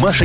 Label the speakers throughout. Speaker 1: Маша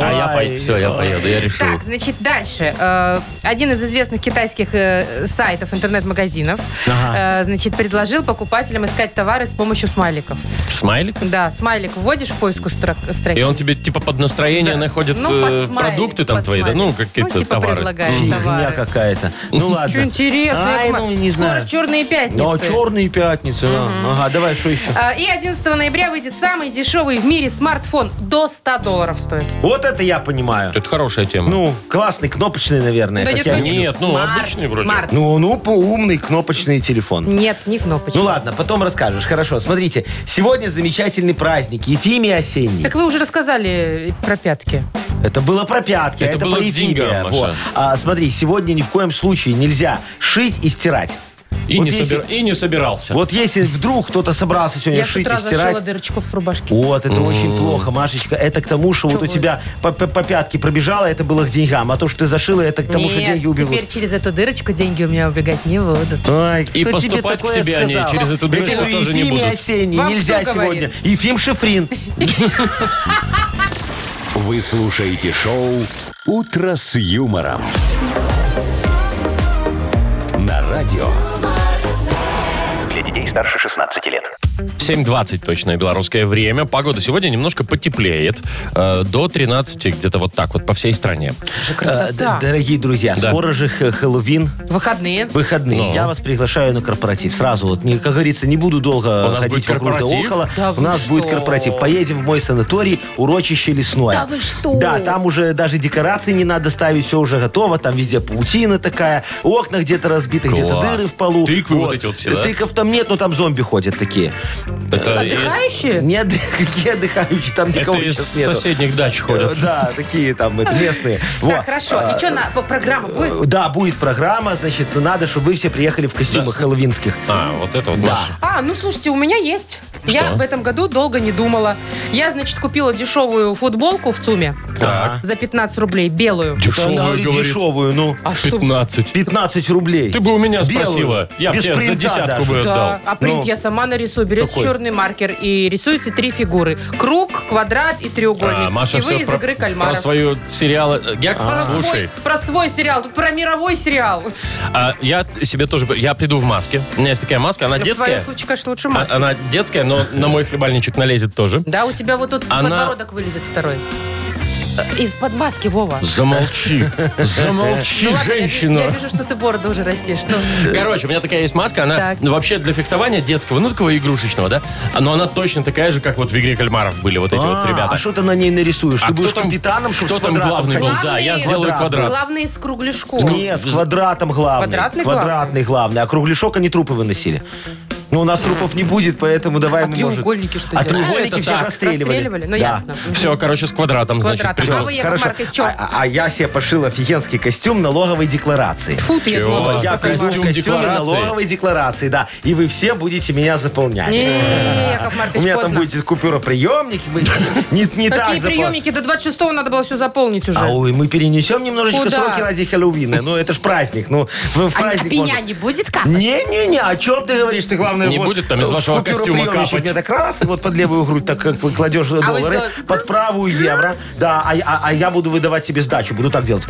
Speaker 2: А я поеду. Все, я поеду, я решил.
Speaker 3: Так, значит, дальше. Э, Один из известных китайских э, сайтов интернет-магазинов,
Speaker 4: Ага.
Speaker 3: э, значит, предложил покупателям искать товары с помощью смайликов.
Speaker 2: Смайлик?
Speaker 3: Да, смайлик вводишь в поиску строк- строки.
Speaker 2: И он тебе типа под настроение
Speaker 3: Да.
Speaker 2: находит
Speaker 3: Ну, под
Speaker 2: э,
Speaker 3: смайлик,
Speaker 2: продукты там
Speaker 3: под
Speaker 2: твои, да? ну
Speaker 3: смайлик.
Speaker 2: какие-то
Speaker 3: Ну, типа
Speaker 2: товары.
Speaker 3: предлагает.
Speaker 2: М.
Speaker 4: Фигня
Speaker 3: Товары.
Speaker 4: какая-то. Ну
Speaker 3: Что
Speaker 4: ладно.
Speaker 3: интересно,
Speaker 4: Ай,
Speaker 3: Яков Марк-
Speaker 4: ну не знаю.
Speaker 3: Скоро черные пятницы.
Speaker 4: Ну, черные пятницы. да. Ага, давай, что еще?
Speaker 3: А, И 11 ноября выйдет самый дешевый в мире смартфон. До 100 долларов стоит.
Speaker 4: Вот это я понимаю.
Speaker 2: Это хорошая тема.
Speaker 4: Ну, классный, кнопочный, наверное.
Speaker 3: Да
Speaker 4: как
Speaker 3: нет,
Speaker 4: я
Speaker 3: ну
Speaker 4: люблю.
Speaker 2: Нет, ну,
Speaker 3: Смарт,
Speaker 2: обычный вроде.
Speaker 3: Смарт.
Speaker 4: Ну, ну, по- умный кнопочный телефон.
Speaker 3: Нет, не кнопочный.
Speaker 4: Ну ладно, потом расскажешь. Хорошо, смотрите. Сегодня замечательный праздник. Ефимий осенний.
Speaker 3: Так вы уже рассказали про пятки.
Speaker 4: Это было про пятки,
Speaker 2: Это
Speaker 4: а это
Speaker 2: было
Speaker 4: про
Speaker 2: к
Speaker 4: Ефимия.
Speaker 2: деньгам, Маша.
Speaker 4: Вот. А, смотри, сегодня ни в коем случае нельзя шить и стирать.
Speaker 2: и,
Speaker 4: вот
Speaker 2: не
Speaker 4: если-
Speaker 2: собир- и не собирался.
Speaker 4: Вот если вдруг кто-то собрался сегодня
Speaker 3: Я с
Speaker 4: шить
Speaker 3: утра
Speaker 4: и стирать...
Speaker 3: зашила дырочку в рубашке.
Speaker 4: Вот, это очень плохо, Машечка. Это к тому, что вот у
Speaker 3: будет?
Speaker 4: тебя по, по- по пятке пробежала, это было к деньгам. А то, что ты зашила, это к тому,
Speaker 3: Нет,
Speaker 4: что деньги убегут.
Speaker 3: теперь через эту дырочку деньги у меня убегать не будут.
Speaker 4: Ой,
Speaker 2: И
Speaker 4: кто тебе
Speaker 2: поступать к
Speaker 4: такое
Speaker 2: тебе они
Speaker 4: сказал?
Speaker 2: через эту
Speaker 4: Я
Speaker 2: дырочку
Speaker 4: говорю,
Speaker 2: тоже не
Speaker 4: Ефимий
Speaker 2: будут.
Speaker 4: осенний,
Speaker 3: Вам
Speaker 4: нельзя
Speaker 3: кто
Speaker 4: сегодня.
Speaker 3: говорит?
Speaker 4: Ефим Шифрин.
Speaker 1: Вы слушаете шоу «Утро с юмором». На радио. Для детей старше 16 лет.
Speaker 2: 7.20 точное белорусское время. Погода сегодня немножко потеплеет. э, до 13 где-то вот так вот по всей стране.
Speaker 4: Э, д-
Speaker 3: Красота.
Speaker 4: Дорогие друзья,
Speaker 2: Да.
Speaker 4: скоро же х- Хэллоуин.
Speaker 3: Выходные.
Speaker 4: выходные.
Speaker 2: Ну.
Speaker 4: Я вас приглашаю на корпоратив. Сразу вот, не, как говорится, не буду долго
Speaker 2: У нас будет
Speaker 4: ходить вокруг да
Speaker 2: корпоратив?
Speaker 4: около.
Speaker 3: Да
Speaker 4: У
Speaker 3: вы
Speaker 4: нас
Speaker 3: что?
Speaker 4: будет корпоратив. Поедем в мой санаторий, урочище лесное. Да вы что? Да, там уже даже декорации не надо ставить, все уже готово. Там везде паутина такая, окна где-то разбиты, где-то
Speaker 2: Класс.
Speaker 4: дыры в полу.
Speaker 2: Тыквы вот эти вот все, да?
Speaker 4: Тыков там нет, но там зомби ходят такие.
Speaker 2: Это из-
Speaker 3: Отдыхающие?
Speaker 4: Нет, какие отдыхающие, там
Speaker 2: Это
Speaker 4: никого
Speaker 2: из
Speaker 4: сейчас нету.
Speaker 2: соседних дач
Speaker 4: Э,
Speaker 2: ходят.
Speaker 4: Да, такие там, это местные.
Speaker 3: Так,
Speaker 4: Вот.
Speaker 3: хорошо. И что, на по- программа будет?
Speaker 4: Э, Да, будет программа, значит, ну надо, чтобы вы все приехали в костюмах хэллоуинских.
Speaker 2: А, вот это вот наше.
Speaker 3: А, ну слушайте, у меня есть. Я в этом году долго не думала. Я, значит, купила дешевую футболку в ЦУМе
Speaker 2: Так.
Speaker 3: за 15 рублей, белую.
Speaker 4: Да она говорит, дешевую, ну,
Speaker 3: А что?
Speaker 2: 15.
Speaker 4: 15 рублей.
Speaker 2: Ты бы у меня
Speaker 4: Белую,
Speaker 2: спросила. Я бы
Speaker 4: без
Speaker 2: тебе за
Speaker 4: принта
Speaker 2: десятку
Speaker 4: даже.
Speaker 2: бы отдал.
Speaker 3: Да, а
Speaker 2: Ну,
Speaker 3: принт я сама нарисую. Берется
Speaker 4: Какой?
Speaker 3: черный маркер и рисуются три фигуры. Круг, квадрат и треугольник.
Speaker 2: А, Маша
Speaker 3: и вы
Speaker 2: все
Speaker 3: из
Speaker 2: про,
Speaker 3: игры
Speaker 2: про
Speaker 3: кальмара.
Speaker 2: свою сериал. Гекс,
Speaker 4: А.
Speaker 3: Про свой-
Speaker 2: слушай,
Speaker 3: про свой сериал, тут про мировой сериал.
Speaker 2: а, я т- себе тоже... Я приду в маске. У меня есть такая маска, она
Speaker 3: В твоем
Speaker 2: детская.
Speaker 3: случае, конечно, лучше
Speaker 2: А-
Speaker 3: маска.
Speaker 2: Она детская, но на мой хлебальничек налезет тоже.
Speaker 3: Да, у тебя вот тут
Speaker 2: Она-
Speaker 3: подбородок вылезет второй. Э, Из-под маски, Вова.
Speaker 2: Замолчи. Замолчи,
Speaker 3: Ну ладно, я ви-
Speaker 2: женщина.
Speaker 3: Я вижу, что ты бороду уже ну. растешь. Что?
Speaker 2: Короче, у меня такая есть маска, она
Speaker 3: Так.
Speaker 2: ну, вообще для фехтования детского, ну такого игрушечного, да? Но она точно такая же, как вот в игре кальмаров были вот эти вот
Speaker 4: А,
Speaker 2: ребята.
Speaker 4: А что ты на ней нарисуешь?
Speaker 2: А
Speaker 4: Ты будешь
Speaker 2: кто там-
Speaker 4: капитаном, чтобы
Speaker 2: кто
Speaker 4: с
Speaker 2: там
Speaker 4: квадратом
Speaker 2: главный был?
Speaker 4: ходить?
Speaker 2: Да, я
Speaker 3: Главный-
Speaker 2: сделаю квадрат.
Speaker 3: Главный из кругляшков.
Speaker 4: Нет, с квадратом главный.
Speaker 3: Квадратный
Speaker 4: Квадратный главный. А кругляшок они трупы выносили. Ну, у нас трупов не будет, поэтому давай
Speaker 3: А
Speaker 4: мы, может-
Speaker 3: треугольники что
Speaker 4: А
Speaker 3: делали?
Speaker 4: треугольники
Speaker 2: Это
Speaker 4: всех
Speaker 2: так.
Speaker 4: расстреливали.
Speaker 3: Расстреливали? Ну,
Speaker 4: Да.
Speaker 3: ясно.
Speaker 2: Все, короче, с квадратом,
Speaker 3: С
Speaker 2: значит,
Speaker 3: квадратом.
Speaker 2: придумал.
Speaker 3: А вы, Яков
Speaker 4: Хорошо.
Speaker 3: Маркович, чё?
Speaker 4: а, а- а я себе пошил офигенский костюм налоговой декларации.
Speaker 3: Фу, ты, я
Speaker 2: Чего?
Speaker 3: думала,
Speaker 4: Я
Speaker 3: что такое
Speaker 4: приду в
Speaker 2: костюм
Speaker 4: костюме
Speaker 2: декларации?
Speaker 4: налоговой декларации, да. И вы все будете меня заполнять.
Speaker 3: Не, Яков
Speaker 4: У
Speaker 3: Маркович,
Speaker 4: меня там
Speaker 3: поздно.
Speaker 4: будет купюроприемник, и мы не, не так
Speaker 3: Какие
Speaker 4: запол-
Speaker 3: приемники? До 26-го надо было все заполнить уже.
Speaker 4: А ой, мы перенесем немножечко
Speaker 3: Куда?
Speaker 4: сроки ради Хэллоуина. Ну, это ж праздник. Ну, в, в
Speaker 3: А, а
Speaker 4: праздник
Speaker 3: пеня
Speaker 4: можно-
Speaker 3: не будет капать?
Speaker 4: Не-не-не, о чем ты говоришь? Ты главное
Speaker 2: Не
Speaker 4: вот,
Speaker 2: будет там из
Speaker 4: э,
Speaker 2: вашего
Speaker 4: в
Speaker 2: костюма
Speaker 4: купюроприемничек
Speaker 2: капать.
Speaker 4: Мне так раз, вот под левую грудь так как вы кладешь доллары,
Speaker 3: сделали-
Speaker 4: под правую евро. Да, а, а- а я буду выдавать тебе сдачу, буду так делать.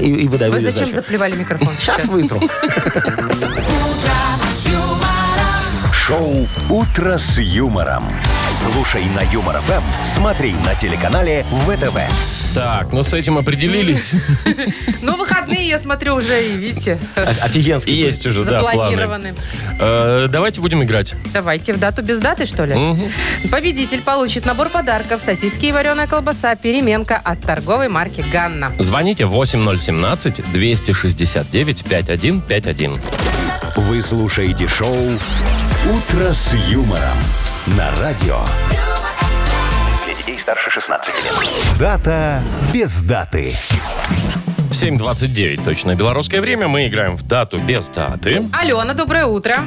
Speaker 4: И, и выдаю
Speaker 3: Вы
Speaker 4: ей
Speaker 3: зачем
Speaker 4: сдачу.
Speaker 3: заплевали микрофон
Speaker 4: Сейчас
Speaker 3: сейчас?
Speaker 4: вытру.
Speaker 1: Шоу «Утро с юмором». Слушай на Юмор ФМ, смотри на телеканале ВТВ.
Speaker 2: Так, ну с этим определились.
Speaker 3: Ну, выходные, я смотрю, уже, и видите,
Speaker 4: Офигенский.
Speaker 2: И Есть уже, да, планы.
Speaker 3: запланированы.
Speaker 2: Э, Давайте будем играть.
Speaker 3: Давайте в дату без даты, что ли? Победитель получит набор подарков, сосиски и вареная колбаса, переменка от торговой марки «Ганна».
Speaker 2: Звоните 8017-269-5151.
Speaker 1: Вы слушаете шоу «Утро с юмором» на радио. Для детей старше 16 лет. Дата без даты.
Speaker 2: 7.29, точно, белорусское время. Мы играем в дату без даты.
Speaker 3: Алена, доброе утро.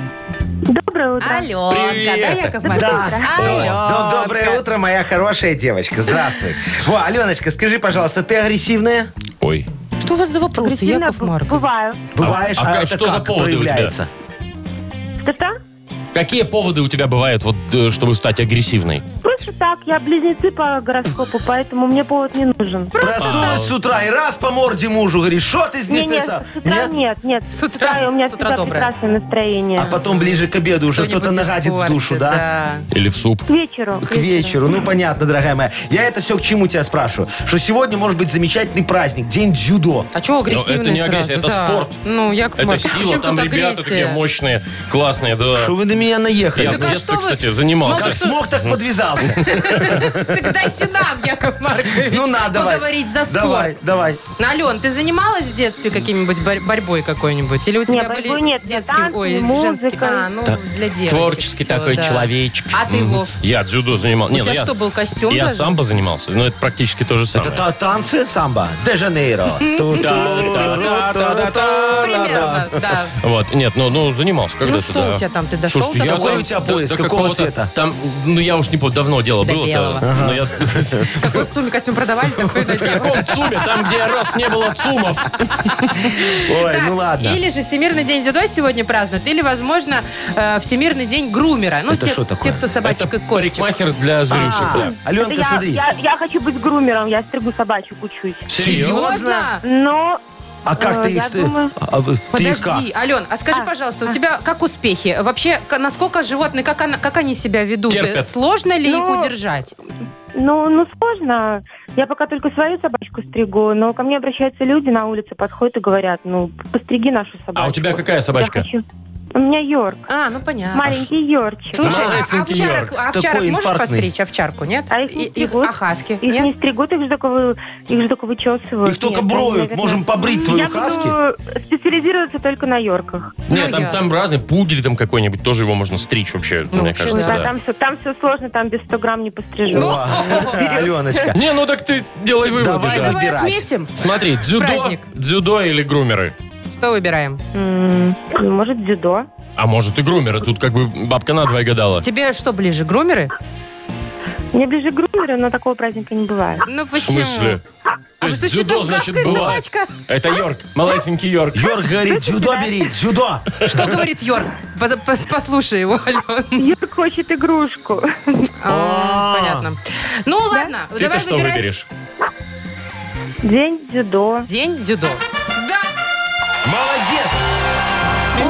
Speaker 5: Доброе утро.
Speaker 3: Алло,
Speaker 2: Привет.
Speaker 3: да, Яков
Speaker 4: Да.
Speaker 3: Маркович? Алло.
Speaker 4: Доб- Доброе утро, моя хорошая девочка. Здравствуй. Во, Аленочка, скажи, пожалуйста, ты агрессивная?
Speaker 2: Ой.
Speaker 3: Что у вас за вопросы,
Speaker 5: Агрессивно
Speaker 3: Яков
Speaker 5: б-
Speaker 3: Маркович?
Speaker 5: Бываю.
Speaker 4: Бываешь?
Speaker 2: а как-
Speaker 4: это
Speaker 2: что за
Speaker 4: как
Speaker 2: поводы у тебя?
Speaker 4: проявляется?
Speaker 5: Что-что?
Speaker 2: Какие поводы у тебя бывают, вот, э, чтобы стать агрессивной?
Speaker 5: Просто так, я близнецы по гороскопу, поэтому мне повод не нужен.
Speaker 4: Проснулась с утра и раз по морде мужу, говоришь, что ты с
Speaker 5: Не,
Speaker 4: ним?
Speaker 5: нет,
Speaker 4: ты сам?»
Speaker 5: с утра
Speaker 4: Нет?
Speaker 5: нет, нет.
Speaker 3: С утра-
Speaker 5: у меня
Speaker 3: с утра
Speaker 5: всегда
Speaker 3: доброе.
Speaker 5: прекрасное настроение.
Speaker 4: А потом ближе к обеду уже кто-то
Speaker 3: Кто-нибудь
Speaker 4: нагадит в
Speaker 3: испортит,
Speaker 4: душу, да?
Speaker 2: Или в суп?
Speaker 5: К вечеру.
Speaker 4: К вечеру. Ну, понятно, дорогая моя. Я это все к чему тебя спрашиваю? Что сегодня может быть замечательный праздник, день дзюдо.
Speaker 3: А чего агрессивный
Speaker 2: Ну, это не агрессия,
Speaker 3: сразу?
Speaker 2: это
Speaker 3: Да.
Speaker 2: спорт.
Speaker 3: Ну, Яков
Speaker 2: Это
Speaker 3: Маркович,
Speaker 2: сила,
Speaker 3: причем
Speaker 2: там
Speaker 3: тут
Speaker 2: ребята такие
Speaker 3: агрессия?
Speaker 2: мощные, классные, да.
Speaker 4: Что вы на меня наехали?
Speaker 2: Я в
Speaker 3: Так а
Speaker 2: детстве,
Speaker 3: что вы-
Speaker 2: кстати, занимался.
Speaker 4: Как
Speaker 3: Молодцы.
Speaker 4: смог, так подвязался.
Speaker 3: Так дайте нам, Яков Маркович,
Speaker 4: Ну, на, давай.
Speaker 3: поговорить за спорт. Ну,
Speaker 4: Давай, давай.
Speaker 3: Ален, ты занималась в детстве каким-нибудь борь- борьбой какой-нибудь? Или у тебя
Speaker 5: борьбой
Speaker 3: были
Speaker 5: нет, я
Speaker 3: детские,
Speaker 5: танцы,
Speaker 3: ой,
Speaker 5: музыка.
Speaker 3: женские? А, ну,
Speaker 2: Та-
Speaker 3: для девочек.
Speaker 2: Творческий
Speaker 3: всё,
Speaker 2: такой
Speaker 3: да.
Speaker 2: человечек.
Speaker 3: А ты,
Speaker 2: Мгм.
Speaker 3: Вов,
Speaker 2: Я дзюдо занимался.
Speaker 3: у тебя что, был костюм
Speaker 2: Я
Speaker 3: даже?
Speaker 2: самбо занимался, но это практически то же самое.
Speaker 4: Это та- танцы самбо. Де Жанейро. Ту-ту-ру-ру-ру-ру-ру-ру.
Speaker 3: примерно, да.
Speaker 2: Вот, нет, ну, ну занимался когда-то,
Speaker 3: Ну, что
Speaker 2: да.
Speaker 3: у тебя там, ты дошел
Speaker 2: Слушайте,
Speaker 3: до
Speaker 2: я
Speaker 4: Какой
Speaker 2: там-
Speaker 4: у тебя
Speaker 2: до-
Speaker 4: пояс?
Speaker 2: до
Speaker 4: Какого
Speaker 2: какого-то
Speaker 4: цвета?
Speaker 2: Там, ну, я уж не помню, давно дело
Speaker 3: До
Speaker 2: было.
Speaker 3: белого.
Speaker 2: Но я... В
Speaker 3: Какой в ЦУМе костюм продавали, такой надела.
Speaker 2: каком ЦУМе? Там, где я рос, не было ЦУМов.
Speaker 4: Ой, ну
Speaker 3: Так,
Speaker 4: ладно.
Speaker 3: Или же Всемирный день дзюдо сегодня празднуют, или, возможно, э, Всемирный день грумера. Ну,
Speaker 4: Это
Speaker 3: те,
Speaker 4: что такое?
Speaker 3: те, кто собачек
Speaker 2: Это
Speaker 3: и кошечек.
Speaker 2: парикмахер для зверюшек, да.
Speaker 5: Это
Speaker 4: А, Аленка,
Speaker 5: я,
Speaker 4: смотри.
Speaker 5: я, я хочу быть грумером, я стригу собачек, учусь.
Speaker 3: А, Серьезно?
Speaker 5: Но
Speaker 4: А как
Speaker 5: Э,
Speaker 4: ты
Speaker 5: я
Speaker 4: их... ты-
Speaker 5: думаю-
Speaker 4: а вы- Ты их как?
Speaker 3: Подожди, Ален, а скажи,
Speaker 5: А,
Speaker 3: пожалуйста, у
Speaker 5: а.
Speaker 3: тебя как успехи? Вообще, к- насколько животные, как, она- как они себя ведут?
Speaker 2: Терпят.
Speaker 3: Э, Сложно ли
Speaker 5: Ну,
Speaker 3: их удержать?
Speaker 5: Ну, ну сложно. Я пока только свою собачку стригу, но ко мне обращаются люди на улице, подходят и говорят, ну, постриги нашу собачку.
Speaker 2: А у тебя какая
Speaker 5: Я
Speaker 2: собачка?
Speaker 5: хочу. У меня Йорк.
Speaker 3: А, ну понятно.
Speaker 5: Маленький Йорчик.
Speaker 3: Слушай, а
Speaker 2: Малесенький
Speaker 3: овчарок,
Speaker 2: Йорк.
Speaker 4: Такой
Speaker 3: овчарок можешь
Speaker 4: инфарктный.
Speaker 3: постричь? Овчарку, нет?
Speaker 5: А их не
Speaker 3: И- их-
Speaker 5: стригут?
Speaker 3: а хаски?
Speaker 5: Их не
Speaker 3: Нет?
Speaker 5: стригут, их же только, вы, их же только вычесывают.
Speaker 4: Их только
Speaker 5: Нет, они,
Speaker 4: броют.
Speaker 5: наверное-
Speaker 4: Можем побрить твою
Speaker 5: Я
Speaker 4: хаски.
Speaker 5: буду специализироваться только на Йорках.
Speaker 2: Нет, там,
Speaker 3: ясно.
Speaker 2: там разные, пудель там какой-нибудь, тоже его можно стричь вообще,
Speaker 3: Ну,
Speaker 2: мне
Speaker 3: вообще,
Speaker 2: кажется,
Speaker 5: Да,
Speaker 2: да.
Speaker 5: Там, все, там все сложно, там без 100 грамм не пострижу.
Speaker 4: О, Аленочка.
Speaker 2: Не, ну так ты делай выводы,
Speaker 4: Давай,
Speaker 2: да.
Speaker 3: Давай
Speaker 4: выбирать.
Speaker 3: отметим.
Speaker 2: Смотри, дзюдо,
Speaker 3: Праздник.
Speaker 2: дзюдо или грумеры?
Speaker 3: Что выбираем?
Speaker 5: М, ну, Может, дзюдо.
Speaker 2: А может и грумеры, тут как бы бабка надвое гадала.
Speaker 3: Тебе что ближе, грумеры?
Speaker 5: Мне ближе грумеры, но такого праздника не бывает.
Speaker 3: Ну
Speaker 2: В
Speaker 3: почему?
Speaker 2: смысле?
Speaker 3: А вы слышите, там гавкает собачка.
Speaker 2: Это Йорк, малесенький Йорк.
Speaker 4: Йорк говорит, дзюдо бери, дзюдо.
Speaker 3: Что говорит Йорк? По- пос- Послушай его, Ален.
Speaker 5: Йорк хочет игрушку.
Speaker 3: А,
Speaker 4: А.
Speaker 3: Понятно. Ну ладно,
Speaker 2: Ты-то
Speaker 3: давай
Speaker 2: что
Speaker 3: выбирать
Speaker 2: выберешь?
Speaker 5: День дзюдо.
Speaker 3: день дзюдо. Да,
Speaker 4: Молодец.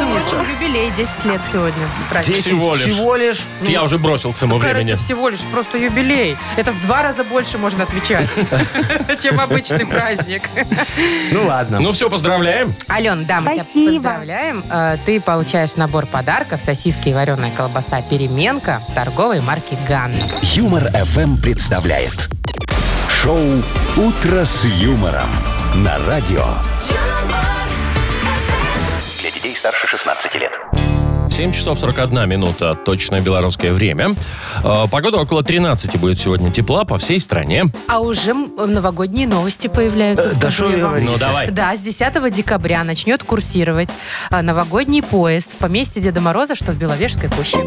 Speaker 3: между прочим, юбилей 10 лет сегодня. Праздник.
Speaker 4: Десять
Speaker 2: Всего лишь.
Speaker 4: Всего лишь.
Speaker 3: Ну,
Speaker 2: Я уже бросил к тому
Speaker 3: Кажется,
Speaker 2: времени.
Speaker 3: всего лишь просто юбилей. Это в два раза больше можно отвечать, чем обычный праздник.
Speaker 4: Ну ладно.
Speaker 2: Ну все, поздравляем.
Speaker 3: Ален, да, мы тебя
Speaker 5: Спасибо.
Speaker 3: поздравляем. Э, Ты получаешь набор подарков сосиски и вареная колбаса «Переменка» торговой марки «Ганна».
Speaker 1: Юмор FM представляет шоу Утро с юмором на радио. Для детей старше 16 лет.
Speaker 2: 7 часов 41 минута, точное белорусское время. Э, Погода около 13 будет сегодня тепла по всей стране.
Speaker 3: А уже м, новогодние новости появляются.
Speaker 4: Э, да
Speaker 3: скажу
Speaker 4: что
Speaker 3: я
Speaker 4: вы
Speaker 3: вам.
Speaker 4: говорите.
Speaker 2: Ну давай.
Speaker 3: Да, с 10 декабря начнет курсировать а, новогодний поезд в поместье Деда Мороза, что в Беловежской пуще.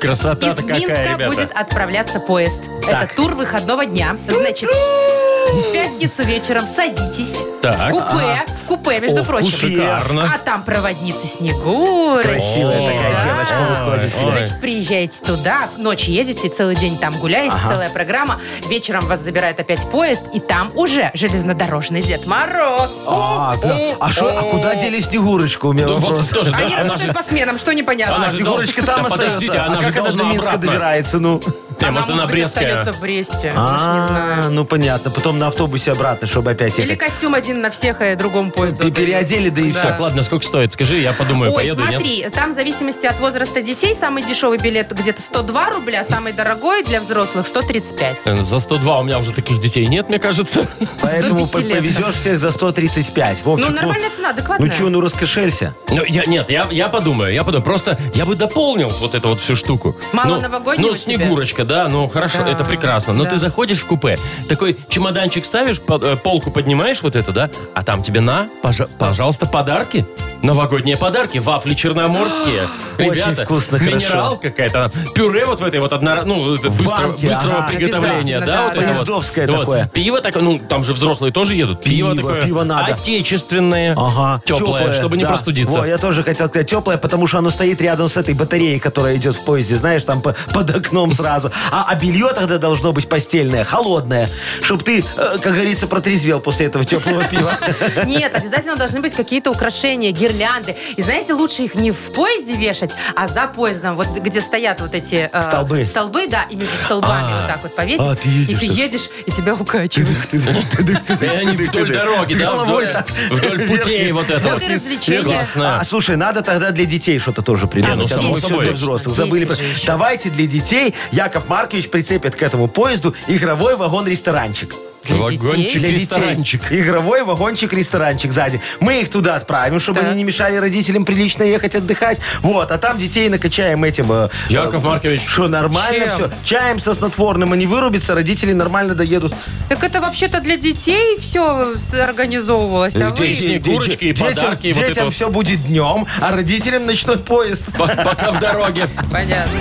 Speaker 2: Красота-то
Speaker 3: Из
Speaker 2: какая,
Speaker 3: Минска
Speaker 2: ребята.
Speaker 3: будет отправляться поезд.
Speaker 4: Так.
Speaker 3: Это тур выходного дня. Значит, в пятницу вечером садитесь
Speaker 2: Так.
Speaker 3: в
Speaker 4: А.
Speaker 3: купе, в купе, между
Speaker 4: О, в
Speaker 3: прочим.
Speaker 4: купе.
Speaker 2: Шикарно.
Speaker 3: А там проводница Снегурочка.
Speaker 4: Красивая такая
Speaker 3: Да.
Speaker 4: девочка выходит
Speaker 2: Ой.
Speaker 4: сегодня.
Speaker 3: Значит, приезжаете туда, ночью едете, целый день там гуляете, целая программа. Вечером вас забирает опять поезд, и там уже железнодорожный Дед Мороз.
Speaker 4: А, да. А шо- а куда дели Снегурочку? У меня
Speaker 2: Ну, вот
Speaker 4: вопрос.
Speaker 2: тоже, да,
Speaker 3: Они
Speaker 2: она
Speaker 3: работают
Speaker 2: же-
Speaker 3: по сменам, что
Speaker 2: Она
Speaker 3: непонятно.
Speaker 2: же
Speaker 4: Снегурочка там
Speaker 2: Да подождите,
Speaker 4: остается.
Speaker 2: она
Speaker 4: А
Speaker 2: же
Speaker 4: как она
Speaker 2: должна
Speaker 4: до Минска
Speaker 2: обратно.
Speaker 4: добирается, ну?
Speaker 2: Не, может,
Speaker 3: она,
Speaker 2: она
Speaker 3: может быть,
Speaker 2: брестская.
Speaker 3: остается в Бресте. Уж не
Speaker 4: А,
Speaker 3: знаю.
Speaker 4: ну понятно. Потом на автобусе обратно, чтобы опять
Speaker 3: Или
Speaker 4: ехать.
Speaker 3: костюм один на всех, и другому поезду.
Speaker 4: Пе- переодели, да и
Speaker 3: Да.
Speaker 4: все.
Speaker 2: Так, ладно, сколько стоит? Скажи, я подумаю,
Speaker 3: Ой,
Speaker 2: поеду, нет?
Speaker 3: смотри, там в зависимости от возраста детей самый дешевый билет где-то 102 рубля, а самый дорогой для взрослых 135.
Speaker 2: Э, За 102 у меня уже таких детей нет, мне кажется.
Speaker 4: Поэтому
Speaker 3: пяти
Speaker 4: по-
Speaker 3: лет.
Speaker 4: повезешь всех за 135. Вовчик,
Speaker 3: Ну, нормальная цена, адекватная.
Speaker 4: Ну что, ну раскошелься.
Speaker 2: Ну, я, нет, я, я подумаю, я подумаю. Просто я бы дополнил вот эту вот всю штуку.
Speaker 3: Мало
Speaker 2: ну,
Speaker 3: новогоднего
Speaker 2: Ну, Снегурочка, да, ну хорошо,
Speaker 3: Да,
Speaker 2: это прекрасно. Но
Speaker 3: да.
Speaker 2: ты заходишь в купе, такой чемоданчик ставишь, под- э, полку поднимаешь вот это, да, а там тебе на, пожа- пожалуйста, подарки. Новогодние подарки, вафли черноморские.
Speaker 4: Очень
Speaker 2: Ребята,
Speaker 4: вкусно, хорошо.
Speaker 2: минерал какая-то, пюре вот в этой вот одно, ну, это
Speaker 4: В
Speaker 2: быстро-
Speaker 4: банке,
Speaker 2: быстрого
Speaker 4: ага.
Speaker 2: приготовления, да,
Speaker 3: Обязательно, да,
Speaker 2: вот это
Speaker 3: да.
Speaker 2: вот.
Speaker 4: Поездовское
Speaker 2: Вот.
Speaker 4: такое.
Speaker 2: Пиво такое, ну, там же взрослые тоже едут. Пиво,
Speaker 4: Пиво,
Speaker 2: такое
Speaker 4: пиво надо.
Speaker 2: отечественное,
Speaker 4: Ага.
Speaker 2: теплое, чтобы не
Speaker 4: да.
Speaker 2: простудиться.
Speaker 4: Во, я тоже хотел сказать теплое, потому что оно стоит рядом с этой батареей, которая идет в поезде, знаешь, там по- под окном сразу. А, а белье тогда должно быть постельное, холодное, чтобы ты, э, как говорится, протрезвел после этого теплого пива.
Speaker 3: Нет, обязательно должны быть какие-то украшения, гирлянды. И знаете, лучше их не в поезде вешать, а за поездом, вот где стоят вот эти... э,
Speaker 4: Столбы.
Speaker 3: Столбы, да, и между столбами
Speaker 2: А.
Speaker 3: вот так вот повесить.
Speaker 4: А, ты едешь
Speaker 3: И ты
Speaker 4: так.
Speaker 3: едешь, и тебя укачивают.
Speaker 2: И они вдоль дороги, да,
Speaker 4: Головой
Speaker 2: вдоль,
Speaker 4: так.
Speaker 2: вдоль путей вот это.
Speaker 3: Вот и развлечения.
Speaker 2: Классно.
Speaker 4: А, слушай, надо тогда для детей что-то тоже придумать.
Speaker 2: ну,
Speaker 4: а то
Speaker 2: само
Speaker 4: мы всё
Speaker 2: собой.
Speaker 4: для взрослых
Speaker 3: Дети
Speaker 4: забыли.
Speaker 3: же
Speaker 4: про-
Speaker 3: еще.
Speaker 4: Давайте для детей Яков Маркович прицепит к этому поезду игровой вагон-ресторанчик.
Speaker 3: Для
Speaker 2: Вагончик.
Speaker 3: детей.
Speaker 4: Для
Speaker 2: Ресторанчик.
Speaker 4: детей. Игровой вагончик-ресторанчик сзади. Мы их туда отправим, чтобы
Speaker 3: Так.
Speaker 4: они не мешали родителям прилично ехать отдыхать. Вот, а там детей накачаем этим... э,
Speaker 2: Яков Маркович.
Speaker 4: Что, нормально
Speaker 3: Чем?
Speaker 4: все. Чаем со снотворным они вырубятся, родители нормально доедут.
Speaker 3: Так это вообще-то для детей все организовывалось, а вы...
Speaker 2: Дети. Снегурочки и
Speaker 4: детям-
Speaker 2: подарки, и вот это
Speaker 4: Детям
Speaker 2: вот.
Speaker 4: все будет днем, а родителям ночной поезд.
Speaker 2: П- Пока в дороге.
Speaker 3: Понятно.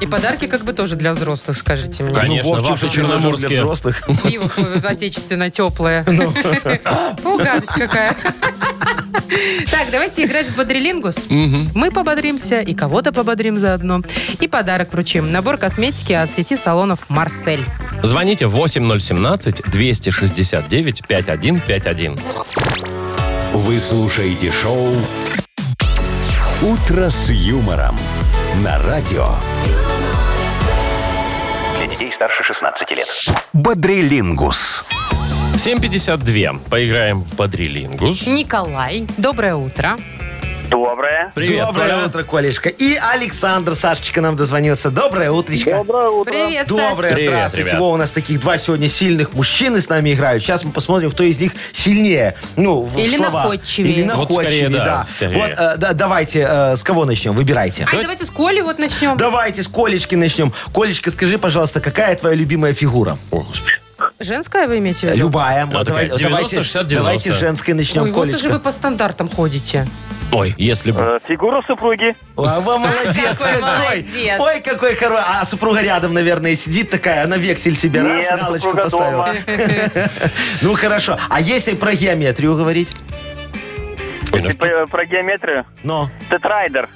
Speaker 3: И подарки как бы тоже для взрослых, скажите мне.
Speaker 2: Конечно,
Speaker 4: ну, Вовчик,
Speaker 2: вафли
Speaker 4: это нужно
Speaker 2: черноморские.
Speaker 4: Для взрослых.
Speaker 3: Пиво э, отечественно теплое.
Speaker 4: Ну.
Speaker 3: Фу, гадость какая. Так, давайте играть в бодрилингус. Мы пободримся и кого-то пободрим заодно. И подарок вручим. Набор косметики от сети салонов «Марсель».
Speaker 2: Звоните 8017-269-5151.
Speaker 1: Вы слушаете шоу Утро с юмором на радио. Для детей старше 16 лет. Бодрилингус.
Speaker 2: 7.52. Поиграем в Бодрилингус.
Speaker 3: Николай, доброе утро.
Speaker 6: Доброе.
Speaker 2: Привет,
Speaker 4: Доброе
Speaker 2: Коля.
Speaker 4: утро, Колечка. И Александр Сашечка нам дозвонился. Доброе утречко.
Speaker 6: Доброе утро.
Speaker 3: Привет,
Speaker 4: Доброе,
Speaker 3: Саш.
Speaker 2: Привет,
Speaker 4: здравствуйте.
Speaker 2: ребят.
Speaker 4: Во, у нас таких два сегодня сильных мужчины с нами играют. Сейчас мы посмотрим, кто из них сильнее. Ну, в в
Speaker 3: Или
Speaker 4: словах.
Speaker 3: находчивее.
Speaker 4: Или
Speaker 2: Вот
Speaker 4: находчивее,
Speaker 2: скорее, да,
Speaker 4: да.
Speaker 2: скорее.
Speaker 4: Вот, э, да, давайте, э, с кого начнем? Выбирайте.
Speaker 3: Ай, давайте с Коли вот начнем.
Speaker 4: Давайте с Колечки начнем. Колечка, скажи, пожалуйста, какая твоя любимая фигура?
Speaker 2: О, господи.
Speaker 3: Женская вы имеете в виду?
Speaker 4: Любая.
Speaker 2: такая,
Speaker 4: Давай-
Speaker 2: 90,
Speaker 4: давайте,
Speaker 2: 60,
Speaker 4: давайте
Speaker 2: 90.
Speaker 4: женской начнем,
Speaker 3: Ой, вот
Speaker 4: Колечка.
Speaker 3: уже вы по стандартам ходите.
Speaker 2: Ой, если
Speaker 4: А
Speaker 2: бы.
Speaker 6: Э, Фигура супруги.
Speaker 4: Во, во, молодец
Speaker 3: Какой
Speaker 4: какой.
Speaker 3: молодец.
Speaker 4: Ой, какой хороший. А супруга рядом, наверное, сидит такая, она вексель тебе раз,
Speaker 6: Нет,
Speaker 4: галочку
Speaker 6: супруга
Speaker 4: поставила.
Speaker 6: дома.
Speaker 4: Ну, хорошо. А если про геометрию говорить?
Speaker 2: Ой, ну
Speaker 6: Ты
Speaker 2: что-
Speaker 6: по- Про геометрию.
Speaker 4: Но.
Speaker 6: Тетрайдер.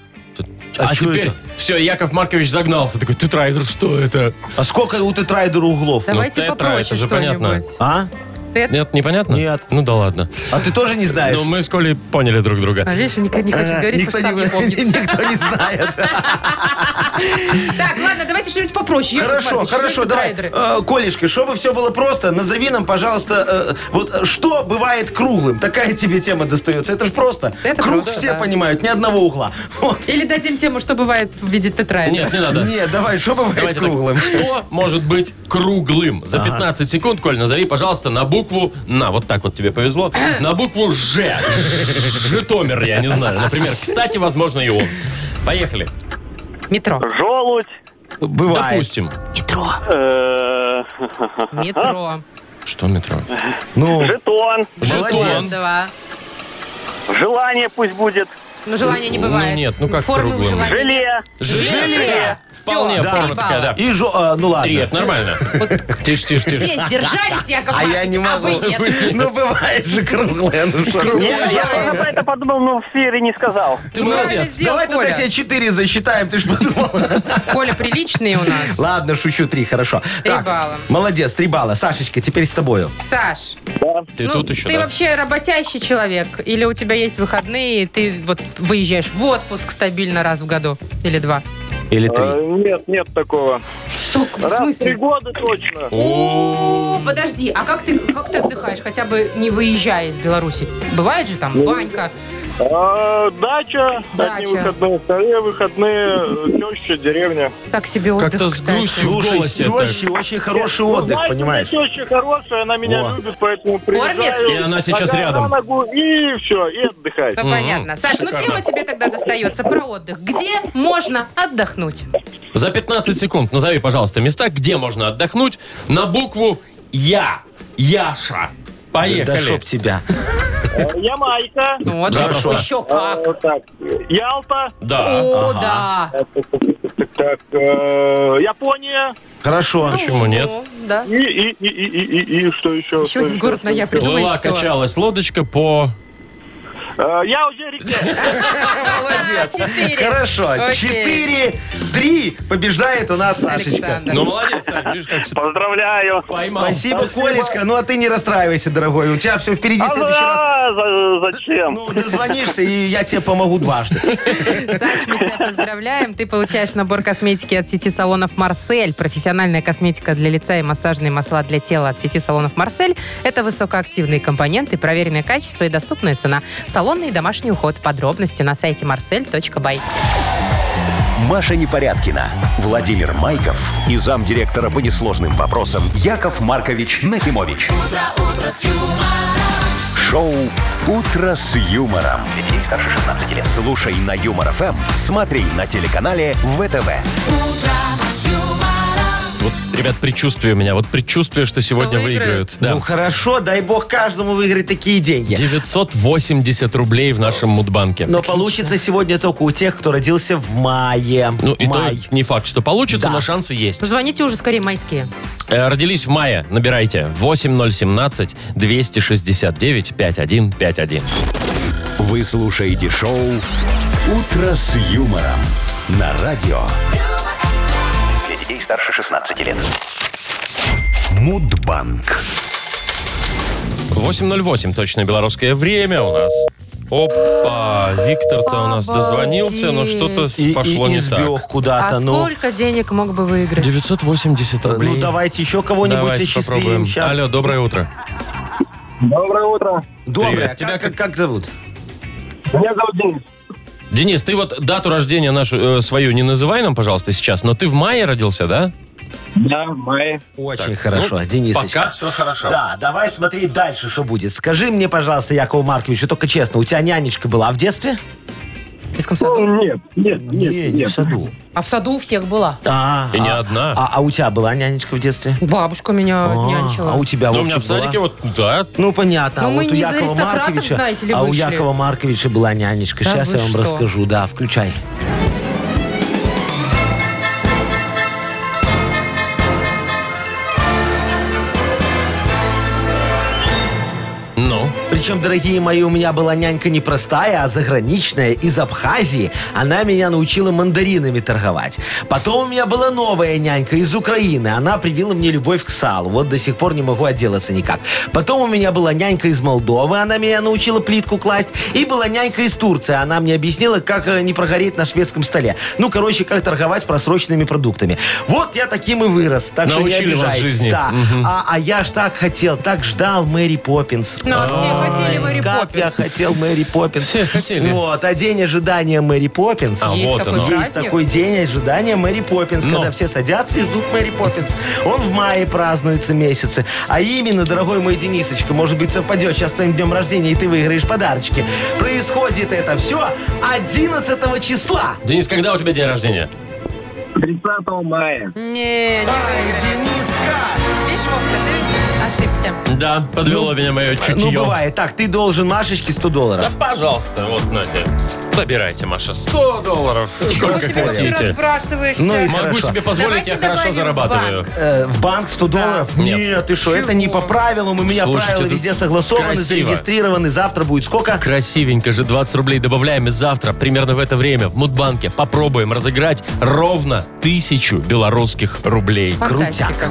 Speaker 2: а
Speaker 4: а чё
Speaker 2: теперь
Speaker 4: это?
Speaker 2: все, Яков Маркович загнался. Такой, тетрайдер, что это?
Speaker 4: А сколько у тетрайдера углов?
Speaker 3: Давайте
Speaker 2: тетра,
Speaker 3: попроще
Speaker 2: Ну, это же понятно.
Speaker 3: что-нибудь.
Speaker 4: А?
Speaker 3: Тет-
Speaker 2: Нет, непонятно?
Speaker 4: Нет.
Speaker 2: Ну да ладно.
Speaker 4: А ты тоже не знаешь?
Speaker 2: Ну, мы с Колей поняли друг
Speaker 3: А
Speaker 2: друга.
Speaker 3: видишь, не, не хочет
Speaker 4: Э,
Speaker 3: говорить, потому
Speaker 4: никто,
Speaker 3: что сам
Speaker 4: не,
Speaker 3: не помнит.
Speaker 4: никто не знает.
Speaker 3: Так, ладно, давайте что-нибудь попроще. Яков
Speaker 4: Хорошо,
Speaker 3: Маркович,
Speaker 4: хорошо,
Speaker 3: что
Speaker 4: давай.
Speaker 3: это райдеры?
Speaker 4: Э, Колешка, чтобы все было просто, назови нам, пожалуйста, э, вот э, что бывает круглым. Такая тебе тема достается. Это же просто.
Speaker 3: Это
Speaker 4: Круг
Speaker 3: просто,
Speaker 4: все
Speaker 3: да.
Speaker 4: понимают, ни одного угла. Вот.
Speaker 3: Или дадим тему, что бывает в виде тетраэдра.
Speaker 2: Нет, не надо.
Speaker 4: Нет, давай, что бывает
Speaker 2: Давайте так.
Speaker 4: круглым?
Speaker 2: Что может быть круглым? За 15 секунд, Коль, назови, пожалуйста, на букву... На, вот так вот тебе повезло. На букву Ж. Житомир, я не знаю, например. Кстати, возможно, и он. Поехали.
Speaker 3: Метро.
Speaker 6: Желудь.
Speaker 4: Бывает.
Speaker 2: Допустим.
Speaker 6: э,
Speaker 3: Метро.
Speaker 2: Что метро?
Speaker 4: Ну,
Speaker 6: Жетон.
Speaker 2: Жетон.
Speaker 4: Молодец.
Speaker 3: Два.
Speaker 6: Желание пусть будет.
Speaker 3: Ну, желания не бывает.
Speaker 2: Ну, нет, ну как
Speaker 3: Формы у
Speaker 2: круглым?
Speaker 3: желания.
Speaker 6: Желе.
Speaker 2: Желе. Вполне
Speaker 3: Всё,
Speaker 2: форма
Speaker 3: три
Speaker 2: такая, да.
Speaker 4: и жо... а, ну
Speaker 2: Три,
Speaker 4: ладно.
Speaker 2: это нормально. Тише, тише, тише.
Speaker 3: Все сдержались, Яков
Speaker 4: А я
Speaker 3: Маркович,
Speaker 4: не
Speaker 3: а
Speaker 4: могу.
Speaker 3: вы нет.
Speaker 4: Ну, бывает же круглое. Ну, что ты.
Speaker 6: Я, я просто про это подумал, но в эфире не сказал.
Speaker 2: Ты
Speaker 3: Правильно
Speaker 2: молодец.
Speaker 3: сделал,
Speaker 4: Давай тогда
Speaker 3: Коля.
Speaker 4: тебе четыре засчитаем, ты ж подумал.
Speaker 3: Коля приличный у нас.
Speaker 4: Ладно, шучу, три, хорошо.
Speaker 3: Три
Speaker 4: Так,
Speaker 3: балла.
Speaker 4: Молодец, три балла. Сашечка, теперь с тобою.
Speaker 3: Саш,
Speaker 2: Ты
Speaker 3: ну,
Speaker 2: тут еще,
Speaker 3: ты
Speaker 2: да?
Speaker 3: вообще работящий человек? Или у тебя есть выходные, и ты вот выезжаешь в отпуск стабильно раз в году? Или два?
Speaker 4: Или
Speaker 6: А,
Speaker 4: три.
Speaker 6: Э, Нет, нет такого.
Speaker 3: Что, в смысле?
Speaker 6: года точно.
Speaker 3: О, подожди, а как ты, как ты отдыхаешь, хотя бы не выезжая из Беларуси? Бывает же
Speaker 4: Ну.
Speaker 3: там банька?
Speaker 6: Э, дача,
Speaker 3: одни Дача. выходные,
Speaker 6: вторые выходные, э, теща, деревня.
Speaker 3: Так себе отдых,
Speaker 2: Как-то с
Speaker 3: кстати.
Speaker 2: грустью. в
Speaker 4: Слушай,
Speaker 2: голосе
Speaker 4: с тещей очень
Speaker 6: Ну,
Speaker 4: хороший отдых, понимаешь?
Speaker 6: Теща хорошая, она меня
Speaker 4: Во.
Speaker 6: любит, поэтому приезжаю.
Speaker 2: И она сейчас
Speaker 6: нога
Speaker 2: рядом.
Speaker 6: на ногу, и все, и отдыхай.
Speaker 3: Ну, понятно. Саш, ну
Speaker 2: Шикарно.
Speaker 3: тема тебе тогда достается про отдых. Где можно отдохнуть?
Speaker 2: За 15 секунд назови, пожалуйста, места, где можно отдохнуть на букву Я. Яша.
Speaker 4: Да
Speaker 2: Поехали.
Speaker 4: чтоб тебя.
Speaker 6: Э, Ямайка.
Speaker 3: Ну, вот
Speaker 2: Да, А,
Speaker 3: же,
Speaker 2: хорошо.
Speaker 3: еще как.
Speaker 6: э, так, Ялта.
Speaker 2: Да.
Speaker 3: О,
Speaker 4: Ага.
Speaker 3: да.
Speaker 6: Так, так, так, э, Япония.
Speaker 4: Хорошо.
Speaker 2: Почему нет?
Speaker 3: Ну, да.
Speaker 6: И, и, и, и, и, и, и что еще?
Speaker 3: Еще
Speaker 6: Что
Speaker 3: один город на я придумай
Speaker 2: Плыла,
Speaker 3: все.
Speaker 2: качалась лодочка по...
Speaker 6: Э, Я уже реке.
Speaker 4: Молодец.
Speaker 3: Четыре.
Speaker 4: Хорошо.
Speaker 3: Окей.
Speaker 4: Четыре, три. Побеждает у нас Сашечка.
Speaker 3: Александр.
Speaker 2: Ну, молодец, Сань, видишь, как с-
Speaker 6: Поздравляю.
Speaker 2: поймал.
Speaker 4: Спасибо, Колечка. Ну, а ты не расстраивайся, дорогой. У тебя все впереди в
Speaker 6: А
Speaker 4: следующий раз.
Speaker 6: за- за- зачем?
Speaker 4: Ну, дозвонишься, и я тебе помогу дважды.
Speaker 3: Саш, мы тебя поздравляем. Ты получаешь набор косметики от сети салонов «Марсель». Профессиональная косметика для лица и массажные масла для тела от сети салонов «Марсель» — это высокоактивные компоненты, проверенное качество и доступная цена. Салонный и домашний уход. Подробности на сайте marsel.by.
Speaker 1: Маша Непорядкина, Владимир Майков и замдиректора по несложным вопросам Яков Маркович Нахимович. Шоу Утро с юмором. Для детей старше 16 лет. Слушай на юмор ФМ, смотри на телеканале ВТВ.
Speaker 2: Вот, ребят, предчувствие у меня. Вот предчувствие, что сегодня
Speaker 3: Выиграют.
Speaker 2: выиграют. Да.
Speaker 4: Ну, хорошо, дай бог каждому выиграть такие деньги.
Speaker 2: 980 рублей в нашем мудбанке.
Speaker 4: Но получится сегодня только у тех, кто родился в мае.
Speaker 2: Ну, и то
Speaker 4: Май.
Speaker 2: не факт, что получится,
Speaker 4: Да.
Speaker 2: но шансы есть.
Speaker 3: Звоните уже скорее майские.
Speaker 2: Э, Родились в мае, набирайте 8017-269-5151.
Speaker 1: Вы слушаете шоу Утро с юмором на радио. Для детей старше 16 лет. Мудбанк.
Speaker 2: 8.08, точное белорусское время у нас. Опа, Виктор-то у нас дозвонился, но что-то с-
Speaker 4: И- и-
Speaker 2: пошло
Speaker 4: и
Speaker 2: не
Speaker 4: сбег
Speaker 2: так.
Speaker 4: куда-то.
Speaker 3: а
Speaker 4: ну,
Speaker 3: сколько денег мог бы выиграть?
Speaker 2: 980 рублей.
Speaker 4: ну, давайте еще кого-нибудь
Speaker 2: Давайте
Speaker 4: осчастливим
Speaker 2: попробуем.
Speaker 4: сейчас.
Speaker 2: Алло, доброе утро.
Speaker 6: Доброе утро.
Speaker 4: Доброе.
Speaker 2: Привет.
Speaker 4: А
Speaker 2: Тебя
Speaker 4: Как, как, как зовут?
Speaker 6: Меня зовут Денис.
Speaker 2: Денис, ты вот дату рождения нашу э, свою не называй нам, пожалуйста, сейчас, но ты в мае родился, да?
Speaker 6: Да, Майя.
Speaker 4: Очень хорошо,
Speaker 2: Ну,
Speaker 4: Денисочка.
Speaker 2: Пока все хорошо.
Speaker 4: Да, давай смотреть дальше, что будет. Скажи мне, пожалуйста, Якову Марковичу, только честно, у тебя нянечка была в детстве?
Speaker 3: В детском саду.
Speaker 6: Ну, нет, нет, нет,
Speaker 4: не,
Speaker 6: нет.
Speaker 4: не в саду.
Speaker 3: А в саду у всех была.
Speaker 4: А,
Speaker 2: И не
Speaker 4: а-
Speaker 2: одна.
Speaker 4: А, а у тебя была нянечка в детстве?
Speaker 3: Бабушка меня
Speaker 4: А,
Speaker 3: нянчила.
Speaker 4: а у тебя
Speaker 2: Ну, у
Speaker 4: Вовчик,
Speaker 2: меня в садике
Speaker 4: была?
Speaker 2: вот, да,
Speaker 4: Ну, понятно.
Speaker 3: Ну,
Speaker 4: а
Speaker 3: мы
Speaker 4: вот у
Speaker 3: не из
Speaker 4: Якова
Speaker 3: аристократов,
Speaker 4: Марковича,
Speaker 3: знаете ли,
Speaker 4: а у
Speaker 3: вышли.
Speaker 4: Якова Марковича была нянечка.
Speaker 3: Да
Speaker 4: Сейчас
Speaker 3: вы
Speaker 4: я вам
Speaker 3: что?
Speaker 4: расскажу. Да, включай.
Speaker 2: ну.
Speaker 4: Причем, дорогие мои, у меня была нянька не простая, а заграничная, из Абхазии. Она меня научила мандаринами торговать. Потом у меня была новая нянька из Украины. Она привила мне любовь к салу. Вот до сих пор не могу отделаться никак. Потом у меня была нянька из Молдовы. Она меня научила плитку класть. И была нянька из Турции. Она мне объяснила, как э, не прогореть на шведском столе. Ну, короче, как торговать просроченными продуктами. Вот я таким и вырос. Так что не
Speaker 2: Научили вас
Speaker 4: обижайтесь.
Speaker 2: жизни.
Speaker 4: Да. А, а я ж так хотел, так ждал Мэри Поппинс.
Speaker 3: Ну, а все хотели Мэри
Speaker 4: Как я
Speaker 3: Поппинс.
Speaker 4: хотел Мэри Поппинс.
Speaker 2: Все хотели.
Speaker 4: Вот, а день ожидания Мэри Поппинс.
Speaker 2: А,
Speaker 4: есть
Speaker 2: вот оно.
Speaker 3: праздник.
Speaker 4: такой день ожидания Мэри Поппинс,
Speaker 2: Но.
Speaker 4: когда все садятся и ждут Мэри Поппинс. Он в мае празднуется месяцы. А именно, дорогой мой Денисочка, может быть, совпадет сейчас с твоим днем рождения, и ты выиграешь подарочки. Происходит это все 11 числа.
Speaker 2: Денис, когда у тебя день рождения?
Speaker 6: 30 мая.
Speaker 3: Не, не выиграли.
Speaker 4: Дениска!
Speaker 3: Видишь, Вовка, ты ошибся.
Speaker 2: Да, подвело меня мое чутье.
Speaker 4: Ну, бывает. Так, ты должен Машечке 100 долларов.
Speaker 2: Да, пожалуйста, вот, Надя. Забирайте, Маша, 100 долларов. Сколько
Speaker 3: Ничего себе, как ты
Speaker 2: хотите.
Speaker 3: разбрасываешься.
Speaker 4: Ну и
Speaker 2: Могу
Speaker 4: Хорошо.
Speaker 2: себе позволить,
Speaker 3: Давайте
Speaker 2: я хорошо
Speaker 3: добавим
Speaker 2: зарабатываю.
Speaker 4: Э, в банк 100 долларов?
Speaker 2: Нет.
Speaker 4: ты что, это не по правилам. У меня
Speaker 2: Слушайте,
Speaker 4: правила
Speaker 2: это
Speaker 4: везде согласованы,
Speaker 2: красиво.
Speaker 4: зарегистрированы. Завтра будет сколько?
Speaker 2: Красивенько же, 20 рублей добавляем, и завтра, примерно в это время, в Мудбанке попробуем разыграть ровно тысячу белорусских рублей.
Speaker 3: Фантастика.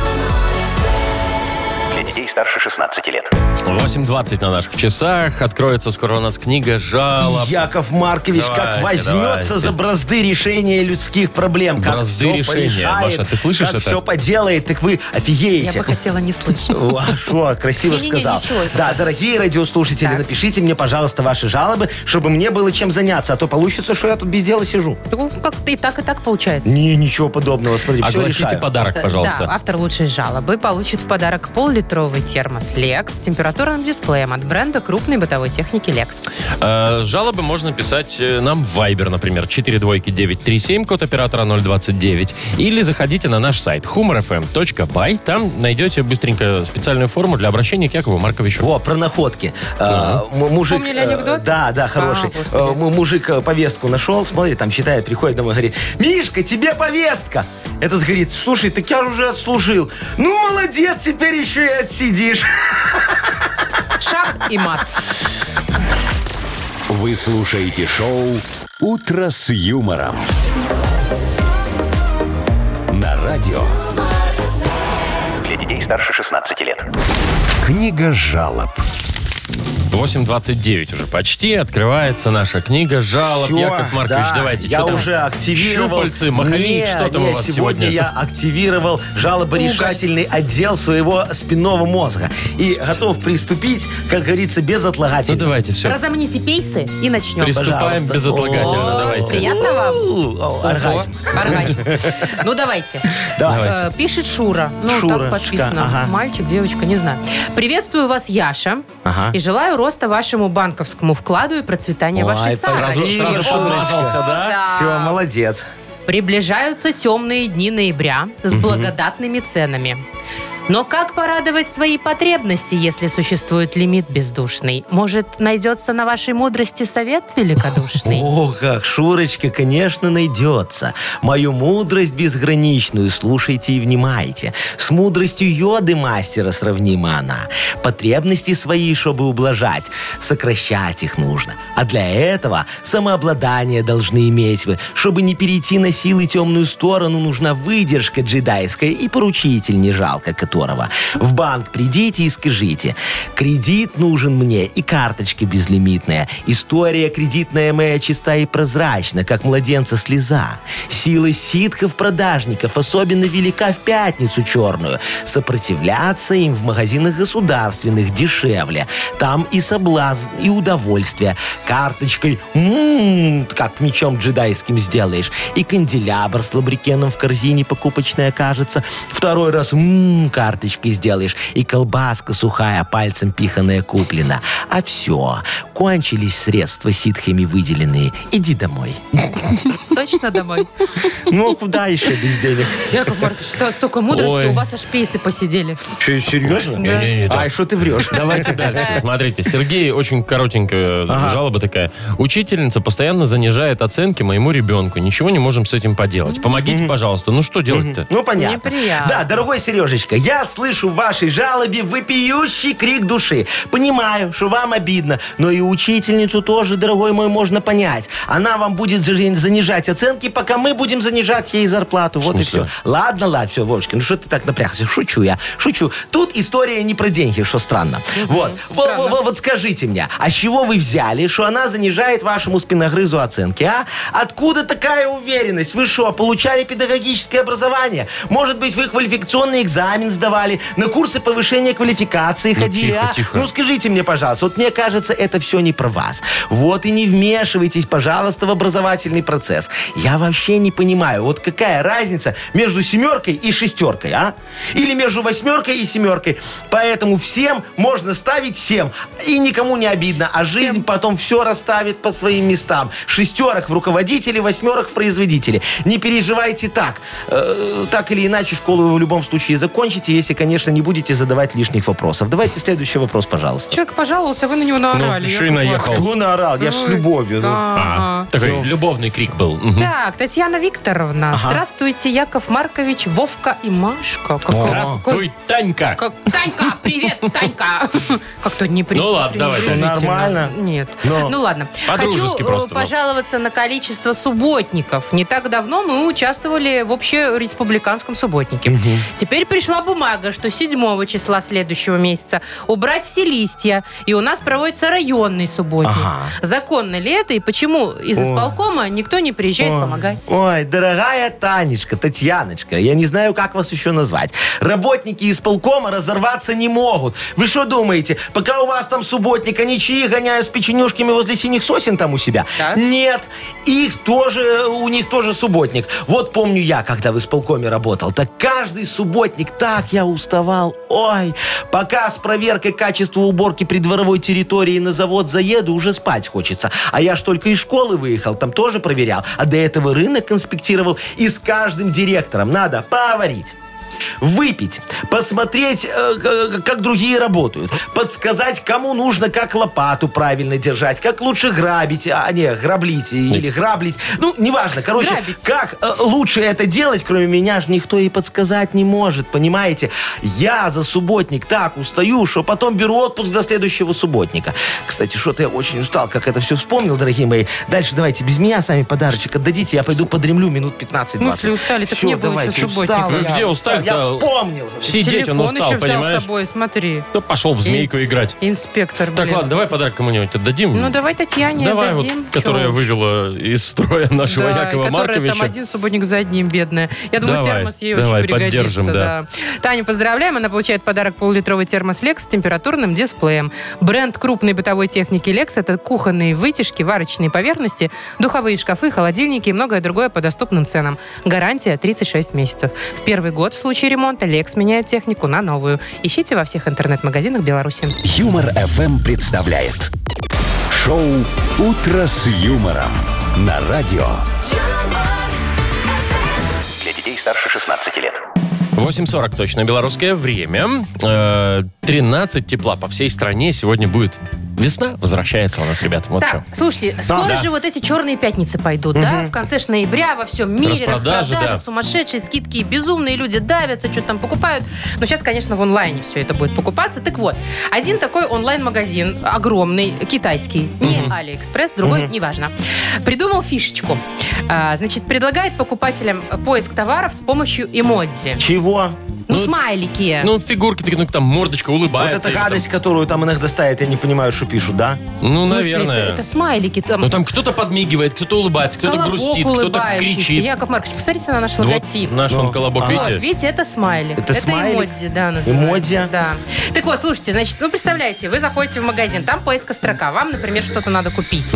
Speaker 7: Для детей старше 16 лет.
Speaker 2: 8.20 на наших часах. Откроется скоро у нас книга жалоб.
Speaker 4: Яков Маркович,
Speaker 2: Давайте,
Speaker 4: как возьмется
Speaker 2: давайте.
Speaker 4: за бразды решения людских проблем. Как
Speaker 2: Бразды
Speaker 4: все
Speaker 2: решения.
Speaker 4: порешает,
Speaker 2: Маша, ты слышишь
Speaker 4: как
Speaker 2: это?
Speaker 4: все поделает, так вы
Speaker 3: Я бы
Speaker 4: офигеете.
Speaker 3: хотела не слышать.
Speaker 4: О, Шо, красиво
Speaker 3: Не-не-не,
Speaker 4: сказал.
Speaker 3: ничего, это
Speaker 4: Да, дорогие радиослушатели, напишите мне, пожалуйста, ваши жалобы, чтобы мне было чем заняться, а то получится, что я тут без дела сижу.
Speaker 3: Ну, как и так, и так получается.
Speaker 4: Не, ничего подобного, смотри, все
Speaker 2: Огласите
Speaker 4: решаю.
Speaker 2: подарок,
Speaker 3: Да,
Speaker 2: пожалуйста.
Speaker 3: автор лучшей жалобы получит в подарок пол-литровый термос Lex с температурным дисплеем от бренда крупной бытовой техники Lex.
Speaker 2: Э, жалобы можно писать э, нам в Viber, например, 42937, код оператора 029. Или заходите на наш сайт humorfm.by. Там найдете быстренько специальную форму для обращения к Якову Марковичу.
Speaker 4: Во, про находки. Э, м- мужик,
Speaker 3: Вспомнили
Speaker 4: э,
Speaker 3: анекдот?
Speaker 4: Да, да, хороший.
Speaker 3: А, господи.
Speaker 4: Э, м- мужик э, повестку нашел, смотрит, там считает, приходит домой, говорит, Мишка, тебе повестка. Этот говорит, слушай, так я уже отслужил. Ну, молодец, теперь еще и отсидишь.
Speaker 3: Шах и мат.
Speaker 1: Вы слушаете шоу «Утро с юмором» на радио.
Speaker 7: Для детей старше 16 лет.
Speaker 1: Книга жалоб.
Speaker 2: 8.29 уже почти. Открывается наша книга жалоб.
Speaker 4: Всё,
Speaker 2: Яков Маркович,
Speaker 4: да,
Speaker 2: давайте.
Speaker 4: Я
Speaker 2: что там?
Speaker 4: уже активировал.
Speaker 2: Щупальцы, маховик,
Speaker 4: Не,
Speaker 2: что там
Speaker 4: не,
Speaker 2: у вас сегодня?
Speaker 4: сегодня? я активировал жалоборешательный отдел своего спинного мозга. И готов приступить, как говорится,
Speaker 2: Ну
Speaker 4: безотлагательно.
Speaker 2: давайте, все.
Speaker 3: Разомните пейсы и начнем.
Speaker 2: Приступаем
Speaker 4: Пожалуйста.
Speaker 2: безотлагательно.
Speaker 3: О,
Speaker 2: Давайте.
Speaker 3: Приятно вам?
Speaker 4: О, оргазм.
Speaker 3: Ого, оргазм. Ну, давайте.
Speaker 2: Давайте.
Speaker 3: Э, Пишет Шура. Ну,
Speaker 4: Шурочка,
Speaker 3: так подписано.
Speaker 4: ага.
Speaker 3: Мальчик, девочка, не знаю. Приветствую вас, Яша.
Speaker 2: А.
Speaker 4: Ага.
Speaker 3: И желаю роста вашему банковскому вкладу и процветания
Speaker 4: Ой,
Speaker 3: вашей
Speaker 4: спасибо.
Speaker 2: Сразу,
Speaker 3: сахарочки.
Speaker 2: сразу
Speaker 4: Шуточка.
Speaker 2: подмазался, да?
Speaker 3: Да.
Speaker 4: Все, молодец.
Speaker 3: Приближаются темные дни ноября с благодатными ценами. Но как порадовать свои потребности, если существует лимит бездушный? Может, найдется на вашей мудрости совет великодушный?
Speaker 4: О, как Шурочка, конечно, найдется. Мою мудрость безграничную слушайте и внимайте. С мудростью йоды мастера сравнима она. Потребности свои, чтобы ублажать, сокращать их нужно. А для этого самообладание должны иметь вы. Чтобы не перейти на силы темную сторону, нужна выдержка джедайская и поручитель не жалко, который которого. В банк придите и скажите, кредит нужен мне и карточки безлимитная. История кредитная моя чиста и прозрачна, как младенца слеза. Сила ситхов-продажников особенно велика в пятницу черную. Сопротивляться им в магазинах государственных дешевле. Там и соблазн, и удовольствие. Карточкой м как мечом джедайским сделаешь. И канделябр с лабрикеном в корзине покупочной окажется. Второй раз м карточкой сделаешь. И колбаска сухая, пальцем пиханая куплена. А все, кончились средства ситхами выделенные. Иди домой.
Speaker 3: Точно домой?
Speaker 4: Ну, а куда еще без денег?
Speaker 3: Яков Маркович, что столько мудрости,
Speaker 2: Ой.
Speaker 3: у вас аж пейсы посидели.
Speaker 4: серьезно?
Speaker 2: Не-не-не, так.
Speaker 4: Ай, что ты врешь?
Speaker 2: Давайте дальше. Смотрите, Сергей очень коротенькая жалоба такая. Учительница постоянно занижает оценки моему ребенку. Ничего не можем с этим поделать. Помогите, пожалуйста. Ну что делать-то?
Speaker 4: Ну, понятно.
Speaker 3: Неприятно.
Speaker 4: Да, дорогой Сережечка, я слышу в вашей жалобе вопиющий крик души. Понимаю, что вам обидно, но и учительницу тоже, дорогой мой, можно понять. Она вам будет зажи- занижать оценки, пока мы будем занижать ей зарплату. Вот и
Speaker 2: смысле?
Speaker 4: все. Ладно, ладно, все, Вовочка, ну что ты так напрягся? Шучу я, шучу. Тут история не про деньги, что странно. Вот. Во- во- во- Вот скажите мне, а с чего вы взяли, что она занижает вашему спиногрызу оценки, а? Откуда такая уверенность? Вы что, получали педагогическое образование? Может быть, вы квалификационный экзамен сдавали, на курсы повышения квалификации ходили,
Speaker 2: тихо,
Speaker 4: а?
Speaker 2: тихо.
Speaker 4: Ну, скажите мне, пожалуйста, вот мне кажется, это все не про вас. Вот и не вмешивайтесь, пожалуйста, в образовательный процесс. Я вообще не понимаю, вот какая разница между семеркой и шестеркой, а? Или между восьмеркой и семеркой. Поэтому всем можно ставить семь, и никому не обидно. А жизнь потом все расставит по своим местам. Шестерок в руководителе, восьмерок в производителе. Не переживайте так. Э, так или иначе, школу вы в любом случае закончите, если, конечно, не будете задавать лишних вопросов. Давайте следующий вопрос, пожалуйста.
Speaker 3: Человек пожаловался, вы на него наорали.
Speaker 2: еще Ну, и
Speaker 3: Яков
Speaker 2: наехал.
Speaker 3: Маркович.
Speaker 4: Кто наорал? Я ж с
Speaker 3: Ой,
Speaker 4: любовью. ну.
Speaker 2: А,
Speaker 3: Ага.
Speaker 2: Такой любовный крик был. Мгм.
Speaker 3: Так, Татьяна Викторовна, здравствуйте, Яков Маркович, Вовка и Машка. Как-
Speaker 2: Здравствуй, Танька.
Speaker 3: Как, Танька, привет, Танька! Как-то не при-
Speaker 2: Ну ладно, давай,
Speaker 3: пренебрежительно.
Speaker 4: дальше. Нормально.
Speaker 3: Нет.
Speaker 4: Но.
Speaker 3: Ну ладно. Хочу
Speaker 2: По-дружески
Speaker 3: э,
Speaker 2: просто, ну.
Speaker 3: пожаловаться на количество субботников. Не так давно мы участвовали в общереспубликанском субботнике. Теперь пришла бумага, что 7 числа следующего месяца убрать все листья, и у нас проводится районный субботник.
Speaker 4: Ага.
Speaker 3: Законно ли это, и почему из
Speaker 4: Ой.
Speaker 3: исполкома никто не приезжает
Speaker 4: Ой.
Speaker 3: помогать?
Speaker 4: Ой, дорогая Танечка, Татьяночка, я не знаю, как вас еще назвать. Работники исполкома разорваться не могут. Вы что думаете, пока у вас там субботник, они чаи гоняют с печенюшками возле синих сосен там у себя?
Speaker 3: Так.
Speaker 4: Нет, их тоже, у них тоже субботник. Вот помню я, когда в исполкоме работал, так каждый субботник, так я уставал. Ой, пока с проверкой качества уборки придворовой территории на завод заеду, уже спать хочется. А я ж только из школы выехал, там тоже проверял. А до этого рынок инспектировал, и с каждым директором надо поварить выпить, посмотреть, э, к- как другие работают, подсказать, кому нужно, как лопату правильно держать, как лучше грабить, а не граблить или граблить. Ну, неважно, короче,
Speaker 3: Грабить.
Speaker 4: как э, лучше это делать, кроме меня ж никто и подсказать не может, понимаете? Я за субботник так устаю, что потом беру отпуск до следующего субботника. Кстати, что-то я очень устал, как это все вспомнил, дорогие мои. Дальше давайте без меня сами подарочек отдадите, я пойду подремлю минут 15-20.
Speaker 3: В смысле устали? Так
Speaker 4: Всё,
Speaker 3: не было еще
Speaker 4: давайте,
Speaker 3: субботника.
Speaker 4: устал
Speaker 2: Вы
Speaker 4: я,
Speaker 2: где
Speaker 4: устал,
Speaker 2: устали-то?
Speaker 4: Я вспомнил.
Speaker 2: Сидеть он
Speaker 3: Телефон
Speaker 2: устал,
Speaker 3: еще взял
Speaker 2: понимаешь?
Speaker 3: с собой, смотри.
Speaker 2: Да пошел в змейку
Speaker 3: Инс-
Speaker 2: играть.
Speaker 3: Инспектор,
Speaker 2: Так,
Speaker 3: блин.
Speaker 2: ладно, давай подарок кому-нибудь отдадим.
Speaker 3: Ну, давай Татьяне
Speaker 2: Давай, вот,
Speaker 3: дадим.
Speaker 2: которая
Speaker 3: Чего?
Speaker 2: вывела из строя нашего
Speaker 3: Да,
Speaker 2: Якова
Speaker 3: которая
Speaker 2: Марковича.
Speaker 3: там один субботник за одним, бедная. Я думаю,
Speaker 2: Давай,
Speaker 3: термос ей
Speaker 2: давай,
Speaker 3: очень пригодится.
Speaker 2: поддержим, да.
Speaker 3: Да. Таню поздравляем, она получает подарок полулитровый термос Lex с температурным дисплеем. Бренд крупной бытовой техники Lex это кухонные вытяжки, варочные поверхности, духовые шкафы, холодильники и многое другое по доступным ценам. Гарантия 36 месяцев. В первый год в случае ремонта Lex меняет технику на новую. Ищите во всех интернет-магазинах Беларуси.
Speaker 1: Юмор FM представляет шоу Утро с юмором на радио.
Speaker 7: Для детей старше 16 лет.
Speaker 2: 8.40 точно белорусское время. Э, 13 тепла по всей стране сегодня будет. Весна возвращается у нас, ребят. Вот
Speaker 3: Так,
Speaker 2: что.
Speaker 3: слушайте, скоро
Speaker 2: да.
Speaker 3: же вот эти черные пятницы пойдут, да? В конце ж ноября во всем мире
Speaker 2: Распродажи,
Speaker 3: распродажи,
Speaker 2: да.
Speaker 3: сумасшедшие скидки, и безумные люди давятся, что-то там покупают. Но сейчас, конечно, в онлайне все это будет покупаться. Так вот, один такой онлайн-магазин, огромный, китайский, не Алиэкспресс, другой, неважно, придумал фишечку. А, значит, предлагает покупателям поиск товаров с помощью эмодзи.
Speaker 4: Чего?
Speaker 3: Ну,
Speaker 2: Ну,
Speaker 3: смайлики.
Speaker 2: Ну, фигурки такие, ну, там мордочка
Speaker 4: Вот
Speaker 2: улыбается.
Speaker 4: эта
Speaker 2: или там-
Speaker 4: гадость, которую там иногда ставят, я не понимаю, что пишут, да?
Speaker 2: Ну,
Speaker 3: В смысле,
Speaker 2: наверное.
Speaker 3: Это, это смайлики. Там,
Speaker 2: Ну, там кто-то подмигивает, кто-то улыбается, кто-то
Speaker 3: колобок
Speaker 2: грустит, кто-то
Speaker 3: улыбающийся.
Speaker 2: кричит.
Speaker 3: Яков Маркович, посмотрите на наш
Speaker 2: Вот
Speaker 3: логотип.
Speaker 2: наш
Speaker 4: Ну,
Speaker 2: он колобок,
Speaker 3: Вот,
Speaker 2: видите?
Speaker 3: видите, это смайлик.
Speaker 4: Это смайлик?
Speaker 3: эмодзи, да, называется.
Speaker 4: Эмодзи?
Speaker 3: Да. Так вот, слушайте, значит, ну, представляете, вы заходите в магазин, там поиска строка, вам, например, что-то надо купить.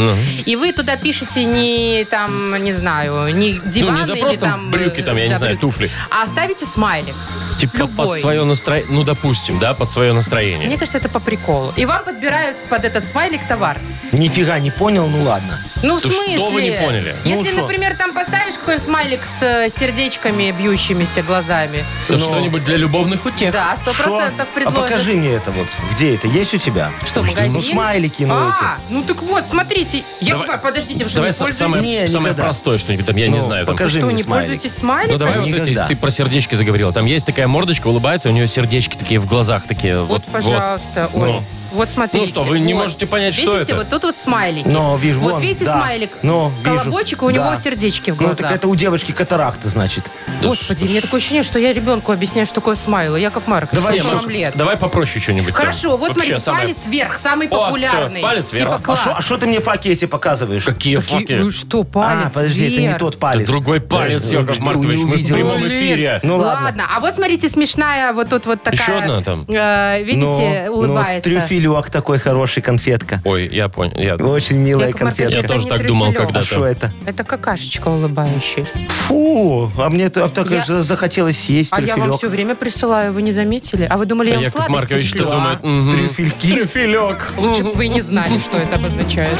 Speaker 3: И вы туда пишете не, там, не знаю, не диван
Speaker 2: ну, не за
Speaker 3: или
Speaker 2: просто
Speaker 3: там... э,
Speaker 2: брюки, там, я не
Speaker 3: да,
Speaker 2: знаю,
Speaker 3: брюки.
Speaker 2: туфли.
Speaker 3: А ставите смайлик.
Speaker 2: Типа
Speaker 3: Любой.
Speaker 2: под свое настроение. Ну, допустим, да, под свое настроение.
Speaker 3: Мне кажется, это по приколу. И вам подбирают под этот смайлик товар.
Speaker 4: Нифига не понял, ну ладно.
Speaker 3: Ну, в
Speaker 2: Да
Speaker 3: смысле?
Speaker 2: что вы не поняли?
Speaker 4: Ну,
Speaker 3: Если,
Speaker 4: шо?
Speaker 3: например, там поставишь какой-нибудь смайлик с э, сердечками, бьющимися глазами.
Speaker 4: Ну.
Speaker 2: Да Что-нибудь для любовных утех.
Speaker 3: Да, сто
Speaker 4: Шо?
Speaker 3: процентов
Speaker 4: А
Speaker 3: предложат.
Speaker 4: покажи мне это вот. Где это? Есть у тебя?
Speaker 3: Что,
Speaker 4: Ну,
Speaker 3: магазин?
Speaker 4: смайлики, ну
Speaker 3: А, ну так вот, смотрите. Я
Speaker 2: Давай-
Speaker 3: говорю, подождите, вы что,
Speaker 2: Давай
Speaker 3: не
Speaker 2: са-
Speaker 3: пользуетесь?
Speaker 2: самое,
Speaker 4: Не,
Speaker 2: самое
Speaker 4: никогда.
Speaker 2: простое что-нибудь, там, я
Speaker 4: эти.
Speaker 2: не
Speaker 4: Ну,
Speaker 2: знаю. Там,
Speaker 4: покажи
Speaker 3: Что,
Speaker 4: мне
Speaker 3: не
Speaker 4: смайлик.
Speaker 3: пользуетесь
Speaker 2: ну,
Speaker 3: смайликом?
Speaker 2: давай вот эти,
Speaker 4: Никогда.
Speaker 2: ты про сердечки заговорила. Там есть такая мордочка, улыбается, у нее сердечки такие в глазах такие.
Speaker 3: Вот, пожалуйста. Ой,
Speaker 2: Ну.
Speaker 3: вот смотрите.
Speaker 2: Ну что, вы не
Speaker 3: вот.
Speaker 2: можете понять,
Speaker 3: видите,
Speaker 2: что это?
Speaker 3: вот тут вот смайлики.
Speaker 4: Но, вижу,
Speaker 3: вот
Speaker 4: вон,
Speaker 3: видите
Speaker 4: да.
Speaker 3: смайлик?
Speaker 4: Ну, вижу.
Speaker 3: Колобочек, и у него
Speaker 4: Да.
Speaker 3: сердечки в
Speaker 4: Ну, так
Speaker 3: глазах.
Speaker 4: это у девочки катаракта, значит.
Speaker 3: Господи, мне такое ощущение, что я ребенку объясняю, что такое смайлы. Яков Маркович,
Speaker 4: Давай,
Speaker 2: Не,
Speaker 3: сколько
Speaker 2: ну,
Speaker 3: вам лет?
Speaker 2: Давай попроще что-нибудь. там.
Speaker 3: Хорошо, вот
Speaker 2: Вообще
Speaker 3: смотрите,
Speaker 2: самое-
Speaker 3: палец вверх, самый популярный.
Speaker 2: всё, палец вверх.
Speaker 3: Типа
Speaker 4: А
Speaker 3: класс.
Speaker 4: что ты мне факи эти показываешь?
Speaker 2: Какие
Speaker 3: Какие-
Speaker 2: факи.
Speaker 3: Вы что, палец
Speaker 4: а, подожди, это не
Speaker 3: вверх?
Speaker 4: тот
Speaker 2: Это
Speaker 4: палец.
Speaker 2: другой палец,
Speaker 4: Э,
Speaker 2: Яков
Speaker 4: э,
Speaker 2: Маркович.
Speaker 4: не
Speaker 2: Мы в
Speaker 4: увидел.
Speaker 2: прямом
Speaker 3: Блин.
Speaker 2: эфире.
Speaker 4: Ну
Speaker 3: ладно.
Speaker 4: ладно.
Speaker 3: а вот смотрите, смешная вот тут вот такая.
Speaker 2: Еще одна там?
Speaker 3: э, видите,
Speaker 4: Ну, ну,
Speaker 3: улыбается.
Speaker 4: трюфелек такой хороший, конфетка.
Speaker 2: Ой, я понял. Я,
Speaker 4: Очень милая
Speaker 3: Яков Маркович,
Speaker 2: я
Speaker 3: это
Speaker 4: конфетка.
Speaker 2: тоже
Speaker 3: не
Speaker 2: так думал
Speaker 3: трюфелёк.
Speaker 4: А
Speaker 2: когда-то.
Speaker 4: что это?
Speaker 3: Это какашечка улыбающаяся.
Speaker 4: Фу, а мне это- а так
Speaker 3: Я-
Speaker 4: же захотелось съесть
Speaker 3: А я вам
Speaker 4: трюфелек.
Speaker 3: все время присылаю, вы не заметили? А вы думали, я вам
Speaker 2: Яков
Speaker 3: сладости
Speaker 2: Маркович
Speaker 3: шлю? А,
Speaker 2: что думает? Мгм.
Speaker 4: Трюфельки.
Speaker 2: Трюфелек.
Speaker 3: Лучше бы вы не знали, что это обозначает.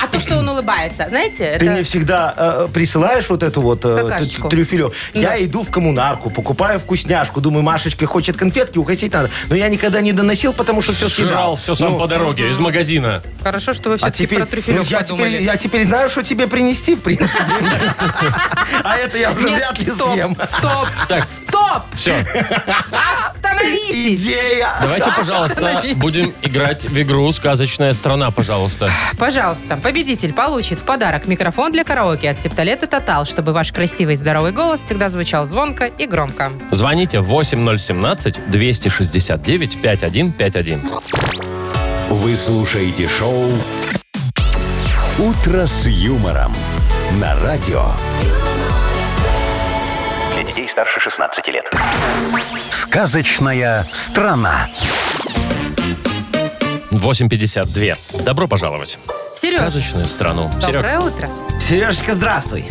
Speaker 3: А то, что он улыбается, знаете,
Speaker 4: Ты мне
Speaker 3: это...
Speaker 4: всегда э, присылаешь вот эту вот э,
Speaker 3: Какашечку.
Speaker 4: т- трюфелек. Я иду в коммунарку, покупаю вкусняшку. Думаю, Машечка хочет конфетки, угосить надо. Но я никогда не доносил, потому что все
Speaker 2: Жрал
Speaker 4: съедал.
Speaker 2: все сам
Speaker 4: Ну,
Speaker 2: по дороге из магазина.
Speaker 3: Хорошо, что вы
Speaker 4: А
Speaker 3: все-таки
Speaker 4: теперь,
Speaker 3: про трюфелек
Speaker 4: ну, я
Speaker 3: подумали.
Speaker 4: теперь, я теперь знаю, что тебе принести, в принципе. А это я уже
Speaker 3: Нет,
Speaker 4: вряд ли
Speaker 3: стоп,
Speaker 4: съем.
Speaker 3: стоп,
Speaker 2: Так,
Speaker 3: стоп!
Speaker 2: все.
Speaker 3: Остановитесь!
Speaker 4: Идея.
Speaker 2: Давайте, пожалуйста,
Speaker 3: Остановитесь.
Speaker 2: будем играть в игру «Сказочная страна», пожалуйста.
Speaker 3: Пожалуйста, победитель получит в подарок микрофон для караоке от Септолета Тотал, чтобы ваш красивый и здоровый голос всегда звучал звонко и громко.
Speaker 2: Звоните 8017-269-5151.
Speaker 1: Вы слушаете шоу «Утро с юмором» на радио.
Speaker 7: Для детей старше 16 лет.
Speaker 1: Сказочная страна.
Speaker 2: 8.52. Добро пожаловать в
Speaker 3: Сереж,
Speaker 2: сказочную страну. Серег.
Speaker 3: доброе утро.
Speaker 4: Сережечка, здравствуй.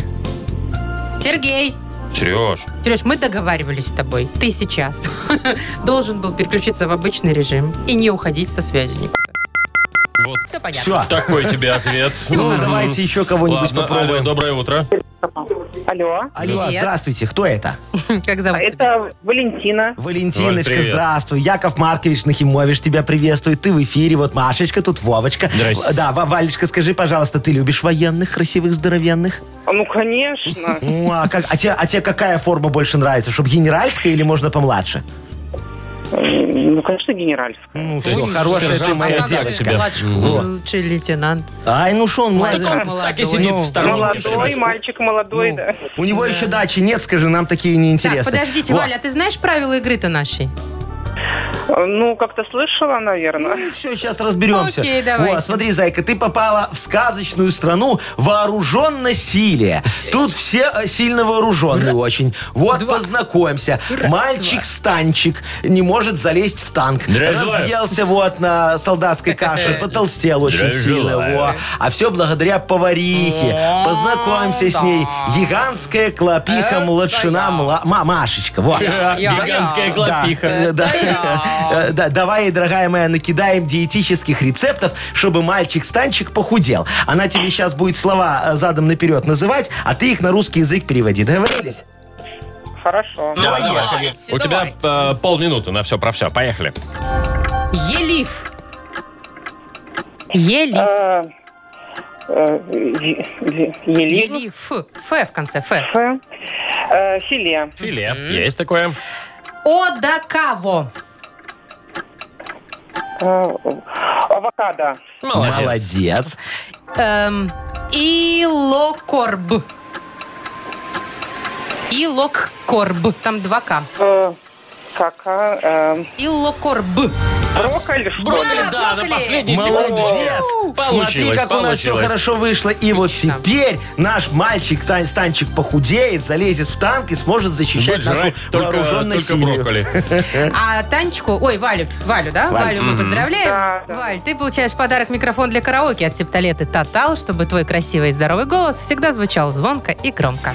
Speaker 3: Сергей.
Speaker 2: Сереж.
Speaker 3: Сереж, мы договаривались с тобой. Ты сейчас должен был переключиться в обычный режим и не уходить со связи никуда.
Speaker 2: Вот
Speaker 3: Все понятно.
Speaker 4: Все.
Speaker 2: такой тебе ответ.
Speaker 4: Ну, давайте еще кого-нибудь
Speaker 2: Ладно, алло,
Speaker 4: попробуем.
Speaker 2: доброе утро.
Speaker 5: Алло.
Speaker 4: Алло,
Speaker 3: Привет.
Speaker 4: здравствуйте. Кто это?
Speaker 3: Как зовут тебя?
Speaker 5: А Это Валентина.
Speaker 2: Валь,
Speaker 4: Валентиночка,
Speaker 2: привет.
Speaker 4: здравствуй. Яков Маркович Нахимович тебя приветствует. Ты в эфире. Вот Машечка, тут Вовочка.
Speaker 2: Здрасте.
Speaker 4: Да, Ва- Валечка, скажи, пожалуйста, ты любишь военных, красивых, здоровенных?
Speaker 5: Ну, конечно.
Speaker 4: Ну, а, как- а те- а тебе какая форма больше нравится? Чтобы генеральская или можно помладше?
Speaker 5: Ну, конечно, генеральская.
Speaker 4: Ну,
Speaker 2: есть
Speaker 4: всё, хорошая ты
Speaker 2: сержантская
Speaker 4: моя
Speaker 2: как же?
Speaker 4: девочка.
Speaker 2: тебя.
Speaker 3: Младший лучший лейтенант.
Speaker 4: Ай, ну что он младший?
Speaker 3: Такой
Speaker 2: Так и
Speaker 3: молодой.
Speaker 2: сидит Ну, в сторонке.
Speaker 5: Молодой мальчик, молодой,
Speaker 4: Ну,
Speaker 5: да.
Speaker 4: У него еще дачи нет, скажи, нам такие неинтересны.
Speaker 3: Так, подождите,
Speaker 4: Во.
Speaker 3: Валя, а ты знаешь правила игры-то нашей?
Speaker 5: Ну, как-то слышала, наверное.
Speaker 4: Ну, все, сейчас разберемся.
Speaker 3: Окей, давайте.
Speaker 4: Во, смотри, Зайка, ты попала в сказочную страну вооруженно-силия. Тут все э, сильно вооруженные очень. Вот, познакомься. Мальчик-станчик не может залезть в танк.
Speaker 2: Здравия желаю.
Speaker 4: Разъелся вот на солдатской каше, потолстел очень
Speaker 2: Здравия
Speaker 4: сильно.
Speaker 2: желаю.
Speaker 4: Во. А все благодаря поварихе. Познакомься с ней. Гигантская клопиха,
Speaker 3: Э,
Speaker 4: младшина, мла- ма- Машечка. Вот.
Speaker 2: Э, Гигантская клопиха.
Speaker 4: Да, да, Э, да. Давай, дорогая моя, накидаем диетических рецептов, чтобы мальчик-станчик похудел. Она тебе сейчас будет слова э, задом наперед называть, а ты их на русский язык переводи. Договорились?
Speaker 5: Хорошо.
Speaker 2: Давай, давай.
Speaker 3: Давайте,
Speaker 2: У тебя э,
Speaker 3: давайте.
Speaker 2: полминуты на все про все. Поехали.
Speaker 3: Елиф. Елиф.
Speaker 5: Э, э, е- е- Елиф.
Speaker 3: Елиф. Ф в конце. Ф.
Speaker 5: Ф. Э, Филе.
Speaker 2: Филе. Есть такое.
Speaker 3: Одакаво.
Speaker 5: Э, Авокадо.
Speaker 2: Молодец.
Speaker 4: Молодец.
Speaker 3: Эм, Илокорб. Илоккорб. Там 2К.
Speaker 8: Э, Кака, э,
Speaker 3: Илоккорб.
Speaker 8: брокколи, что ли?
Speaker 2: Брокколи, да, на
Speaker 3: брокколи.
Speaker 2: последней секунде.
Speaker 4: Молодец! Смотри,
Speaker 2: Получилось,
Speaker 4: как у нас все
Speaker 2: получилось.
Speaker 4: хорошо вышло. И вот
Speaker 3: Отлично.
Speaker 4: теперь наш мальчик Тань- Станчик похудеет, залезет в танк и сможет защищать
Speaker 2: Будет
Speaker 4: нашу
Speaker 2: жрать только,
Speaker 4: вооруженную
Speaker 2: только
Speaker 4: Сирию.
Speaker 2: брокколи.
Speaker 3: А Танечку, ой, Валю, Валю, да?
Speaker 4: Валь.
Speaker 3: Валю мы поздравляем.
Speaker 8: Да, да.
Speaker 3: Валь, ты получаешь в подарок микрофон для караоке от септолеты Татал, чтобы твой красивый и здоровый голос всегда звучал звонко и громко.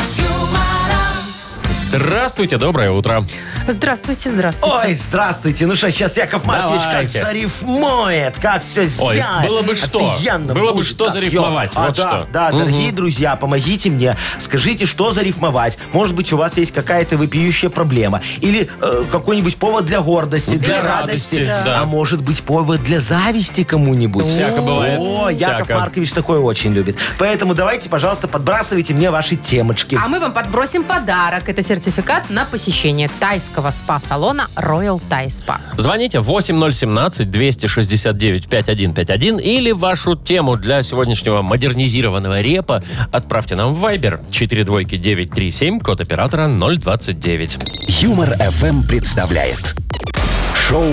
Speaker 2: Здравствуйте, доброе утро.
Speaker 3: Здравствуйте, здравствуйте.
Speaker 4: Ой, здравствуйте. Ну что, сейчас Яков Маркович как
Speaker 2: Давайте.
Speaker 4: зарифмует, как все
Speaker 2: Ой,
Speaker 4: сделает.
Speaker 2: было бы что.
Speaker 4: Офигенно
Speaker 2: Было бы
Speaker 4: будет.
Speaker 2: что
Speaker 4: Так,
Speaker 2: зарифмовать,
Speaker 4: ё. А,
Speaker 2: вот
Speaker 4: да,
Speaker 2: что.
Speaker 4: да, дорогие друзья, помогите мне. Скажите, что зарифмовать. Может быть, у вас есть какая-то вопиющая проблема. Или э, какой-нибудь повод для гордости, для,
Speaker 2: Для радости,
Speaker 4: радости.
Speaker 2: да.
Speaker 4: А может быть, повод для зависти кому-нибудь.
Speaker 2: Всяко бывает.
Speaker 4: О, Яков
Speaker 2: Всяко.
Speaker 4: Маркович такое очень любит. Поэтому давайте, пожалуйста, подбрасывайте мне ваши темочки.
Speaker 3: А мы вам подбросим подарок. Это сертификат на посещение тайского спа-салона Royal Thai Spa.
Speaker 2: Звоните 8017-269-5151 или вашу тему для сегодняшнего модернизированного репа отправьте нам в Viber 42937, код оператора 029.
Speaker 1: Юмор ФМ представляет. Шоу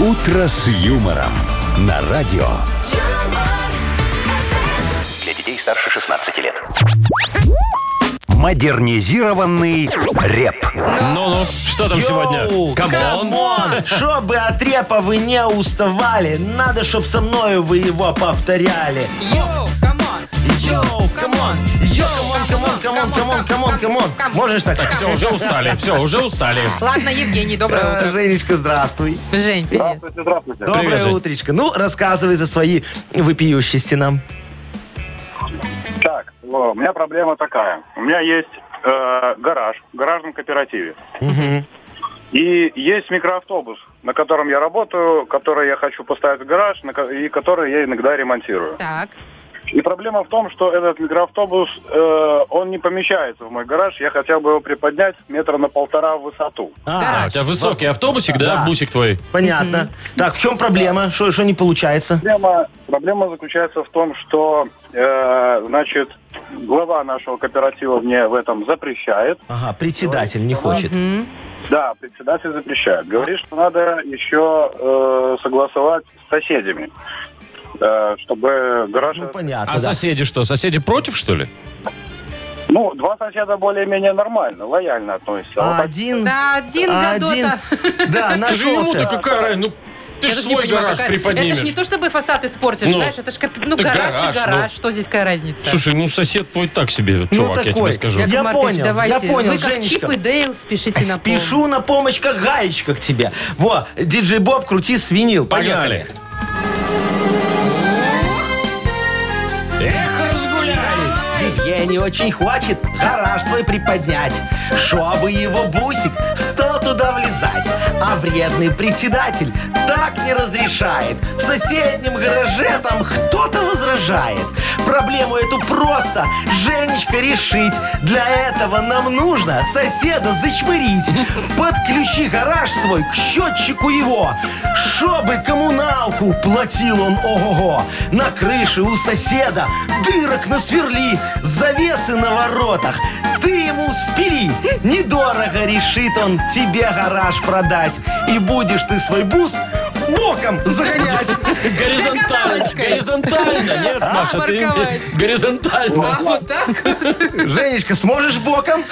Speaker 1: «Утро с юмором» на радио.
Speaker 7: Для детей старше 16 лет.
Speaker 1: Модернизированный реп.
Speaker 2: Ну-ну, что там сегодня?
Speaker 4: Йоу,
Speaker 2: Камон!
Speaker 4: камон, Чтобы от репа вы не уставали, надо, чтоб со мною вы его повторяли.
Speaker 3: Йоу, камон!
Speaker 4: Йоу, камон, йоу, камон, камон, камон, камон, камон. Можешь так?
Speaker 2: Все, уже устали, все, уже устали.
Speaker 3: Ладно, Евгений, доброе
Speaker 4: Э,
Speaker 3: утро.
Speaker 4: Женечка, здравствуй.
Speaker 3: Жень, привет.
Speaker 6: Здравствуйте, здравствуйте.
Speaker 4: Доброе
Speaker 2: Жень.
Speaker 4: утречко. Ну, рассказывай за свои вопиющести нам.
Speaker 6: Так, о, у меня проблема такая. У меня есть э, гараж в гаражном кооперативе. И есть микроавтобус, на котором я работаю, который я хочу поставить в гараж, на ко- и который я иногда ремонтирую.
Speaker 3: Так,
Speaker 6: И проблема в том, что этот микроавтобус, э, он не помещается в мой гараж. Я хотел бы его приподнять метра на полтора в высоту.
Speaker 2: А, у тебя высокий автобусик, да,
Speaker 4: Да.
Speaker 2: бусик твой?
Speaker 4: Понятно. Так, в чем проблема? Что что не получается?
Speaker 6: Проблема, проблема заключается в том, что, э, значит, глава нашего кооператива мне в этом запрещает.
Speaker 4: Ага, председатель не хочет.
Speaker 6: Да, председатель запрещает. Говорит, что надо еще э, согласовать с соседями, э, чтобы гараж...
Speaker 4: Ну,
Speaker 6: Ну,
Speaker 4: понятно,
Speaker 2: А
Speaker 4: да.
Speaker 2: соседи что, соседи против, что ли?
Speaker 6: Ну, два соседа более-менее нормально, лояльно относятся. А вот так-
Speaker 4: Один,
Speaker 3: Да, один
Speaker 4: один.
Speaker 3: гадота.
Speaker 4: Да,
Speaker 2: Ты же ему-то
Speaker 4: нашелся.
Speaker 2: какая разница? Ну, ты
Speaker 3: Я
Speaker 2: ж
Speaker 3: даже не
Speaker 2: свой
Speaker 3: понимаю,
Speaker 2: гараж
Speaker 3: какая-
Speaker 2: приподнимешь.
Speaker 3: Это же не то, чтобы фасад испортишь,
Speaker 2: Ну,
Speaker 3: знаешь, это же ну,
Speaker 2: так
Speaker 3: гараж и
Speaker 2: гараж, ну.
Speaker 3: гараж. Что здесь какая разница?
Speaker 2: Слушай, ну сосед твой так себе, чувак, Ну я тебе
Speaker 4: такой.
Speaker 2: скажу.
Speaker 4: Я
Speaker 3: Маркович,
Speaker 4: понял,
Speaker 3: давайте.
Speaker 4: я понял,
Speaker 3: Вы как
Speaker 4: Женечка.
Speaker 3: Чип и Дейл спешите на помощь.
Speaker 4: А Спешу на помощь, как гаечка к тебе. Во, диджей Боб, крути свинил.
Speaker 2: Погнали. Эх, разгуляй!
Speaker 4: Евгений очень хочет гараж свой приподнять, чтобы его бусик стал туда влезать. А вредный председатель так не разрешает. В соседнем гараже там кто-то возражает. Проблему эту просто Женечка решить. Для этого нам нужно соседа зачмырить. Подключи гараж свой к счетчику его, чтобы коммуналку платил он ого-го. На крыше у соседа дырок насверли, завесы на воротах. Ты ему спили, недорого решит он тебе гараж продать. И будешь ты свой бус боком загонять.
Speaker 2: Горизонтально,
Speaker 3: Заготовочкой.
Speaker 2: горизонтально, нет, Маша, ты
Speaker 3: парковать.
Speaker 2: горизонтально.
Speaker 3: А, вот так?
Speaker 4: Женечка, сможешь боком?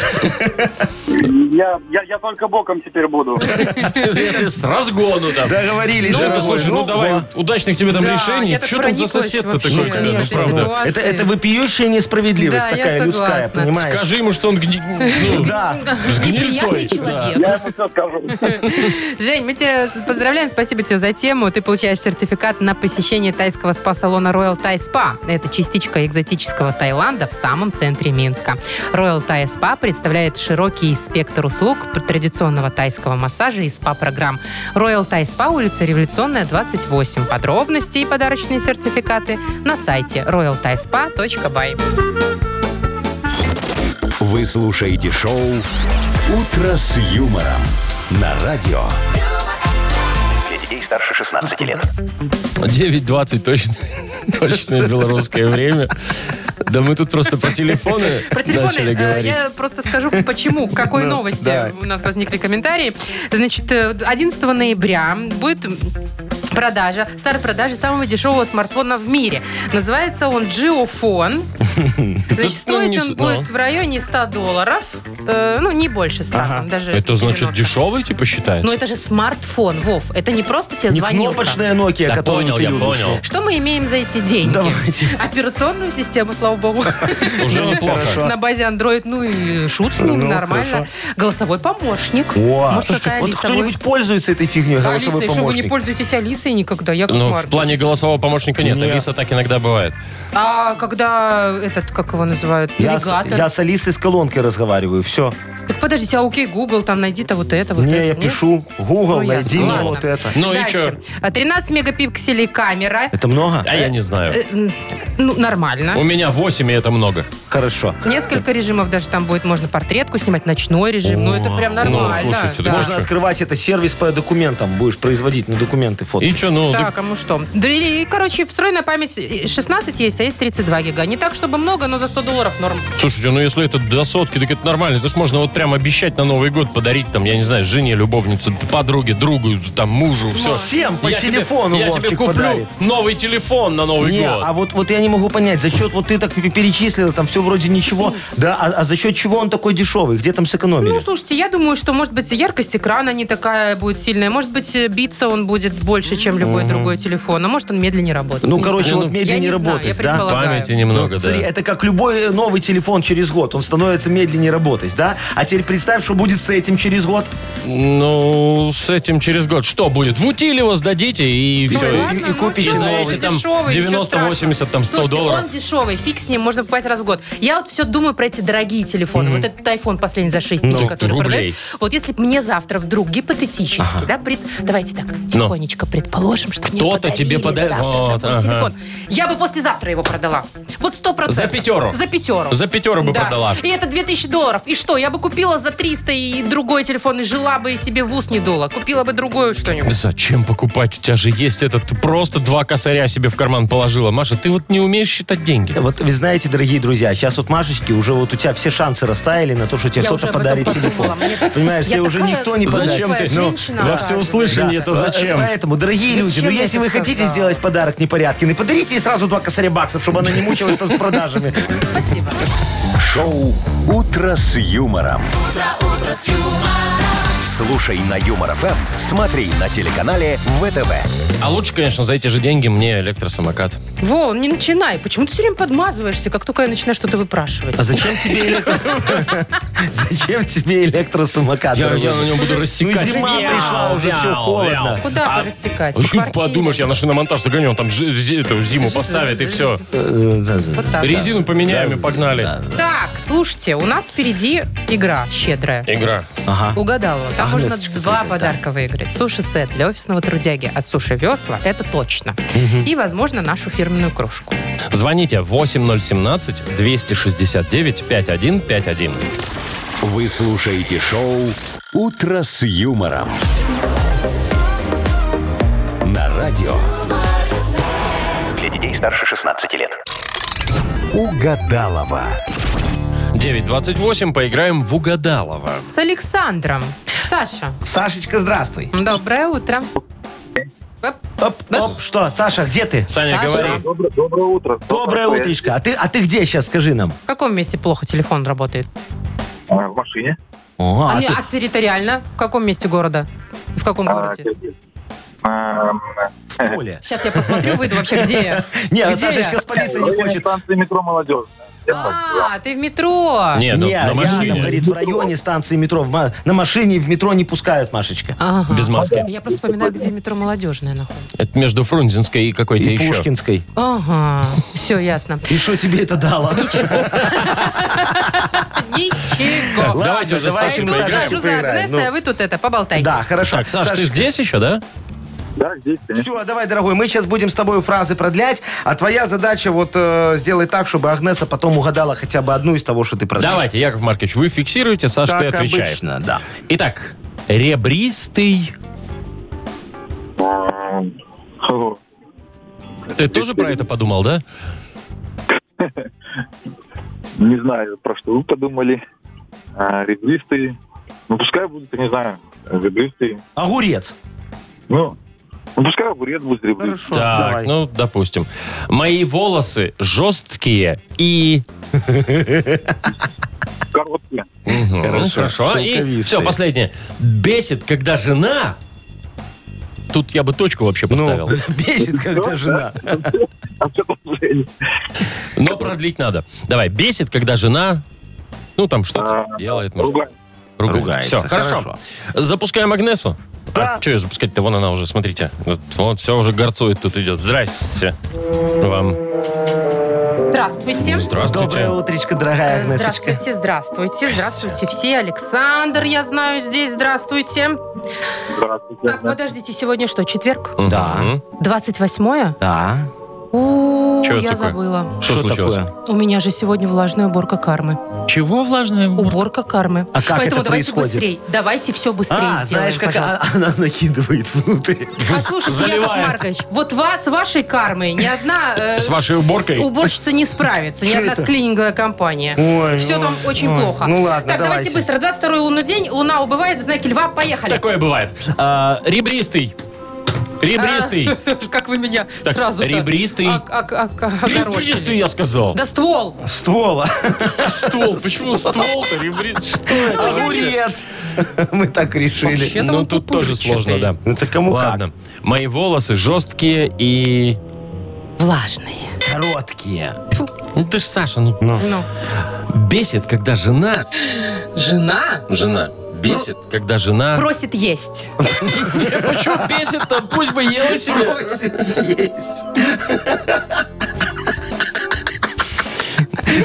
Speaker 6: Я, я, я только боком теперь буду.
Speaker 2: Если с разгону там.
Speaker 4: Договорились,
Speaker 2: Ну,
Speaker 4: дорогой.
Speaker 2: слушай, ну
Speaker 4: Ну,
Speaker 2: давай,
Speaker 4: вот.
Speaker 2: удачных тебе там
Speaker 3: Да,
Speaker 2: решений.
Speaker 3: я так
Speaker 2: Что там за
Speaker 3: прониклась
Speaker 2: сосед-то
Speaker 3: вообще
Speaker 2: такой у тебя, ну
Speaker 3: этой
Speaker 2: правда?
Speaker 3: ситуацией.
Speaker 4: Это, это вопиющая несправедливость
Speaker 3: Да, я
Speaker 4: такая людская,
Speaker 3: согласна.
Speaker 4: понимаешь?
Speaker 2: Скажи ему, что он гни- ну,
Speaker 4: Да.
Speaker 2: с гнильцой.
Speaker 3: Неприятный
Speaker 2: да.
Speaker 3: человек.
Speaker 6: Я ему все скажу.
Speaker 3: Жень, мы тебя поздравляем, спасибо тебе за тему. Ты получаешь сертификат на посещение тайского спа-салона Royal Thai Spa. Это частичка экзотического Таиланда в самом центре Минска. Royal Thai Spa представляет широкий спектр спектр услуг традиционного тайского массажа и спа-программ. Royal Thai Spa, улица Революционная, 28. Подробности и подарочные сертификаты на сайте royalthaispa.by.
Speaker 1: Вы слушаете шоу «Утро с юмором» на радио.
Speaker 7: Для детей старше 16 лет.
Speaker 2: 9.20 точно. Точное белорусское время. Да мы тут просто про телефоны
Speaker 3: Про телефоны
Speaker 2: начали
Speaker 3: э,
Speaker 2: говорить. Ну,
Speaker 3: я просто скажу, почему, к какой новости
Speaker 2: давай.
Speaker 3: у нас возникли комментарии. Значит, э, 11 ноября будет м, продажа, старт продажи самого дешевого смартфона в мире. Называется он Geofone. Значит,
Speaker 2: Да ну, не
Speaker 3: стоить
Speaker 2: с-
Speaker 3: он
Speaker 2: ну.
Speaker 3: будет в районе 100 долларов. Э, Ну, не больше 100, там даже
Speaker 2: Это значит
Speaker 3: 90.
Speaker 2: дешевый, типа, считается?
Speaker 3: Но это же смартфон, Вов. Это не просто тебе
Speaker 4: Не
Speaker 3: звонилка.
Speaker 4: кнопочная Nokia,
Speaker 2: Я
Speaker 4: которую
Speaker 2: понял,
Speaker 4: ты
Speaker 2: я
Speaker 4: любишь.
Speaker 2: понял.
Speaker 3: Что мы имеем за эти деньги?
Speaker 4: Давайте.
Speaker 3: Операционную систему, слава богу.
Speaker 2: Уже неплохо.
Speaker 3: на базе Android, ну и шут с ним,
Speaker 4: Ну,
Speaker 3: нормально.
Speaker 4: хорошо.
Speaker 3: Голосовой помощник.
Speaker 4: О,
Speaker 3: Может,
Speaker 4: слушайте,
Speaker 3: какая
Speaker 4: вот
Speaker 3: Алиса
Speaker 4: кто-нибудь
Speaker 3: будет?
Speaker 4: пользуется этой фигней,
Speaker 3: Алиса,
Speaker 4: голосовой
Speaker 3: и что вы не
Speaker 4: помощник?
Speaker 3: пользуетесь Алисой никогда, Яков
Speaker 2: Ну, в
Speaker 3: Маркович?
Speaker 2: плане голосового помощника нет.
Speaker 4: Нет.
Speaker 2: Алиса так иногда бывает.
Speaker 3: А когда этот, как его называют,
Speaker 4: Я с,
Speaker 3: навигатор?
Speaker 4: я с Алисой с колонкой разговариваю, все.
Speaker 3: Так подождите, а окей, Google, там найди-то вот это, вот это.
Speaker 4: Не, я
Speaker 3: нет?
Speaker 4: пишу, Google,
Speaker 3: Ну,
Speaker 4: найди
Speaker 3: ясно.
Speaker 4: мне
Speaker 3: Ладно.
Speaker 4: вот это.
Speaker 2: Ну и
Speaker 3: Дальше.
Speaker 2: что?
Speaker 3: А 13 мегапикселей камера.
Speaker 4: Это много?
Speaker 2: А я не знаю.
Speaker 3: Э, Ну, нормально.
Speaker 2: У меня 8, и это много.
Speaker 4: Хорошо.
Speaker 3: Несколько режимов даже там будет. Можно портретку снимать, ночной режим. Ну, это прям нормально.
Speaker 2: слушайте,
Speaker 3: да.
Speaker 2: да.
Speaker 4: Можно открывать это сервис по документам, будешь производить на документы фото.
Speaker 2: И что, ну,
Speaker 3: Так, кому что? Да или, короче, встроенная память э, 16 есть, а есть 32 гига. Не так, чтобы много, но за 100 долларов норм.
Speaker 2: да- слушайте, ну если это до сотки, так это нормально. Это ж можно вот прям обещать на Новый год подарить, там, я не знаю, жене, любовнице, д- подруге, другу, там, мужу, все.
Speaker 4: Всем по телефону
Speaker 2: я тебе
Speaker 4: Вовчик
Speaker 2: куплю
Speaker 4: подарит.
Speaker 2: новый телефон на Новый
Speaker 4: Не,
Speaker 2: год.
Speaker 4: а вот, вот я не могу понять, за счет, вот ты так пе- перечислила, там все вроде ничего, да, а, а за счет чего он такой дешевый, где там сэкономили?
Speaker 3: Ну, слушайте, я думаю, что, может быть, яркость экрана не такая будет сильная. Может быть, э, биться он будет больше, чем любой другой телефон. А может, он медленнее работает.
Speaker 4: Ну,
Speaker 3: Не
Speaker 4: короче,
Speaker 3: знаю.
Speaker 4: вот медленнее
Speaker 3: Я не знаю,
Speaker 4: работать,
Speaker 3: я
Speaker 4: да?
Speaker 3: предполагаю.
Speaker 2: Памяти немного, Ну, да.
Speaker 4: Ну, Смотри, это как любой э, новый телефон через год, он становится медленнее работать, да? А теперь представь, что будет с этим через год.
Speaker 2: Ну, с этим через год что будет? В утиль его сдадите и
Speaker 4: Ну,
Speaker 2: все.
Speaker 4: и- и купите
Speaker 3: чего,
Speaker 4: новый.
Speaker 3: он же
Speaker 2: Там
Speaker 3: дешевый, ничего
Speaker 2: 90,
Speaker 3: страшного.
Speaker 2: 80, там 100
Speaker 3: Слушайте,
Speaker 2: долларов.
Speaker 3: он дешевый, фиг с ним, можно покупать раз в год. Я вот все думаю про эти дорогие телефоны. Вот этот iPhone последний за 6 тысяч, который
Speaker 2: Ну, рублей.
Speaker 3: продают. Вот если б мне завтра вдруг гипотетически, да, пред- давайте так, тихонечко предположим, что мне
Speaker 2: Ну. Кто-то тебе
Speaker 3: подарили
Speaker 2: подарил.
Speaker 3: завтра
Speaker 2: Вот,
Speaker 3: такой
Speaker 2: ага.
Speaker 3: телефон. Я бы послезавтра его продала. Вот сто процентов.
Speaker 2: За пятеру.
Speaker 3: За пятеру.
Speaker 2: За пятеру бы
Speaker 3: Да.
Speaker 2: продала.
Speaker 3: И это 2000 долларов. И что, я бы купила за 300 и другой телефон, и жила бы и себе в ус не дула. Купила бы другое что-нибудь.
Speaker 2: Зачем покупать? У тебя же есть этот. Ты просто два косаря себе в карман положила. Маша, ты вот не умеешь считать деньги.
Speaker 4: Э, Вот вы знаете, дорогие друзья, сейчас вот Машечки уже вот у тебя все шансы растаяли на то, что тебе
Speaker 3: Я уже
Speaker 4: кто-то
Speaker 3: об
Speaker 4: подарит
Speaker 3: этом
Speaker 4: телефон.
Speaker 3: подумала. Мне-
Speaker 4: Понимаешь,
Speaker 3: Я
Speaker 4: тебе уже
Speaker 3: такая
Speaker 4: никто не
Speaker 3: глупая
Speaker 4: подарит.
Speaker 2: Зачем ты? Ну,
Speaker 3: женщина,
Speaker 2: во
Speaker 3: да.
Speaker 2: всеуслышание это
Speaker 4: Да.
Speaker 2: зачем?
Speaker 4: Э, Поэтому, дорогие
Speaker 3: Зачем
Speaker 4: люди, ну
Speaker 3: я
Speaker 4: если
Speaker 3: это
Speaker 4: вы хотите
Speaker 3: сказала?
Speaker 4: сделать подарок непорядкин, и подарите ей сразу два косаря баксов, чтобы она не мучилась там с продажами.
Speaker 3: Спасибо.
Speaker 1: Шоу «Утро с юмором». Слушай на Юмор ФМ, смотри на телеканале ВТВ.
Speaker 2: А лучше, конечно, за эти же деньги мне электросамокат.
Speaker 3: Во, не начинай. Почему ты все время подмазываешься, как только я начинаю что-то выпрашивать?
Speaker 4: А зачем тебе электро... Зачем тебе электросамокат?
Speaker 2: Я,
Speaker 4: дорогой?
Speaker 2: я на нем буду
Speaker 4: Ну
Speaker 2: рассекать.
Speaker 4: зима
Speaker 3: Вяу,
Speaker 4: пришла, уже все
Speaker 2: вяу,
Speaker 4: холодно.
Speaker 3: Куда порастекать? По
Speaker 2: Ой,
Speaker 3: квартире?
Speaker 2: А Подумаешь, я на шиномонтаж загоню, он там жи- зи- эту зиму поставит и все.
Speaker 4: Э, да, да.
Speaker 3: Вот так.
Speaker 2: Резину поменяем и погнали.
Speaker 3: Так, слушайте, у нас впереди игра щедрая.
Speaker 2: Игра.
Speaker 4: Ага.
Speaker 3: Угадала. Там можно
Speaker 4: Агнесочка
Speaker 3: два
Speaker 4: придет, да.
Speaker 3: подарка выиграть. Суши-сет для офисного трудяги от Суши Весла. Это точно. И, возможно, нашу фирменную кружку.
Speaker 2: Звоните 8017-269-5151.
Speaker 1: Вы слушаете шоу «Утро с юмором». На радио
Speaker 7: Для детей старше 16 лет.
Speaker 1: «Угадалова».
Speaker 2: 928, поиграем в Угадалова.
Speaker 3: С Александром. Саша,
Speaker 4: Сашечка, здравствуй.
Speaker 3: доброе утро.
Speaker 4: Оп, оп, что, Саша, где ты?
Speaker 2: Саня,
Speaker 3: Саша.
Speaker 2: говори.
Speaker 6: Доброе, доброе утро.
Speaker 4: Доброе утречко. А ты, а ты где сейчас, скажи нам?
Speaker 3: В каком месте плохо телефон работает?
Speaker 6: А, В машине.
Speaker 4: О,
Speaker 3: А,
Speaker 4: а
Speaker 3: не,
Speaker 4: ты-
Speaker 3: а территориально? В каком месте города? В каком
Speaker 6: А,
Speaker 3: городе?
Speaker 6: а,
Speaker 4: в поле.
Speaker 3: Сейчас я посмотрю, выйду вообще, где я.
Speaker 4: Не, ну,
Speaker 3: Где
Speaker 4: Сашечка
Speaker 3: я?
Speaker 4: с полиции не
Speaker 6: районе
Speaker 4: хочет.
Speaker 6: станции метро «Молодежная».
Speaker 3: А, ты в метро.
Speaker 2: Нет, ну,
Speaker 4: Не,
Speaker 2: на
Speaker 4: рядом,
Speaker 2: машине.
Speaker 4: говорит, в районе станции метро. в ма- На машине и в метро не пускают, Машечка.
Speaker 3: Ага.
Speaker 2: Без маски.
Speaker 3: Я просто вспоминаю, где метро молодежное находится.
Speaker 2: Это между Фрунзенской и какой-то
Speaker 4: И
Speaker 2: еще.
Speaker 4: Пушкинской.
Speaker 3: Ага, все ясно.
Speaker 4: И что тебе это дало?
Speaker 3: Ничего.
Speaker 2: Давайте уже с Сашей
Speaker 3: Поэтому
Speaker 4: Сашей
Speaker 2: поиграем.
Speaker 3: схожу за
Speaker 4: поиграем,
Speaker 3: Агнесой,
Speaker 4: ну.
Speaker 3: а вы тут это, поболтайте.
Speaker 4: Да, хорошо.
Speaker 2: Так, Саш, ты здесь еще, да?
Speaker 6: Да, здесь, конечно.
Speaker 4: Все, давай, дорогой, мы сейчас будем с тобой фразы продлять, а твоя задача вот э, сделать так, чтобы Агнеса потом угадала хотя бы одну из того, что ты продлишь.
Speaker 2: Давайте, Яков Маркович, вы фиксируете, Саш, ты
Speaker 4: Так
Speaker 2: отвечаешь.
Speaker 4: обычно, да.
Speaker 2: Итак, ребристый.
Speaker 6: Хо-хо.
Speaker 2: Ты тоже про это подумал, да?
Speaker 6: Не знаю, про что вы подумали. А, ребристые. Ну, пускай будут, я не знаю, ребристые.
Speaker 4: Огурец.
Speaker 6: Ну, ну пускай огурец будет ребристый.
Speaker 4: Хорошо,
Speaker 2: так,
Speaker 4: давай.
Speaker 2: ну, допустим. Мои волосы жесткие и...
Speaker 6: Короткие.
Speaker 2: Мгм, ну,
Speaker 4: Хорошо,
Speaker 2: Хорошо. И
Speaker 4: шелковистые.
Speaker 2: все, последнее. Бесит, когда жена... Тут я бы точку
Speaker 4: Ну,
Speaker 2: вообще поставил.
Speaker 4: Бесит, когда жена.
Speaker 6: А что там уже?
Speaker 2: Но продлить надо. Давай, бесит, когда жена... Ну, там что-то
Speaker 6: А,
Speaker 2: делает. может,
Speaker 6: Ругай.
Speaker 4: Ругается,
Speaker 2: Все, хорошо.
Speaker 4: хорошо.
Speaker 2: Запускаем Агнесу.
Speaker 4: Да.
Speaker 2: А что ее запускать-то? Вон она уже, смотрите. Вот, вот все уже горцует тут идет. Здрасте вам.
Speaker 3: Здравствуйте.
Speaker 2: Здравствуйте.
Speaker 4: Доброе утречко, дорогая Агнесочка.
Speaker 3: Здравствуйте, здравствуйте, здравствуйте все. Александр, я знаю, здесь здравствуйте.
Speaker 6: Здравствуйте.
Speaker 3: Так, подождите, сегодня что, четверг?
Speaker 2: Мгм.
Speaker 4: Да.
Speaker 3: 28-е?
Speaker 4: Да.
Speaker 3: О,
Speaker 2: Чё
Speaker 3: я
Speaker 2: такое?
Speaker 3: забыла.
Speaker 2: Что, случилось?
Speaker 4: такое?
Speaker 3: У меня же сегодня влажная уборка кармы.
Speaker 2: Чего влажная уборка?
Speaker 3: Уборка кармы.
Speaker 4: А как
Speaker 3: Поэтому
Speaker 4: это
Speaker 3: давайте
Speaker 4: происходит?
Speaker 3: быстрее. Давайте все быстрее
Speaker 4: А,
Speaker 3: сделаем,
Speaker 4: знаешь, как
Speaker 3: пожалуйста.
Speaker 4: а- она накидывает внутрь.
Speaker 3: А слушайте, Яков
Speaker 2: Заливает.
Speaker 3: Маркович, вот вас, с вашей кармой, ни одна э,
Speaker 2: С вашей уборкой?
Speaker 3: уборщица не справится, ни
Speaker 4: Чё
Speaker 3: одна
Speaker 4: это?
Speaker 3: клининговая компания.
Speaker 4: Ой,
Speaker 3: Все
Speaker 4: ой,
Speaker 3: там очень
Speaker 4: ой.
Speaker 3: плохо.
Speaker 4: Ну ладно,
Speaker 3: Так, давайте
Speaker 4: давайте.
Speaker 3: быстро. 22 лунный день, луна убывает в знаке льва. Поехали.
Speaker 2: Такое бывает. А, ребристый. Ребристый.
Speaker 3: А, слушай, как вы меня
Speaker 2: Так,
Speaker 3: сразу так
Speaker 2: ребристый.
Speaker 3: ок- ок- ок-
Speaker 2: Ребристый,
Speaker 3: огорошили.
Speaker 2: я сказал.
Speaker 3: Да ствол!
Speaker 4: Ствола.
Speaker 2: Стол. Почему стол-то ребристый? Что это?
Speaker 4: Огурец. Мы так решили.
Speaker 3: Вообще.
Speaker 2: Ну,
Speaker 3: думала,
Speaker 2: тут тоже
Speaker 3: пупырчатый.
Speaker 2: сложно, да.
Speaker 4: Это Ну, кому как?
Speaker 2: Ладно. Мои волосы жесткие и...
Speaker 3: Влажные.
Speaker 4: Короткие.
Speaker 2: Ну, ты ж Саша, ну...
Speaker 3: Ну,
Speaker 2: Бесит, когда жена...
Speaker 3: жена
Speaker 2: Жена. Бесит, когда жена...
Speaker 3: просит есть.
Speaker 2: Почему бесит-то? Пусть бы ела себе.
Speaker 4: Просит есть.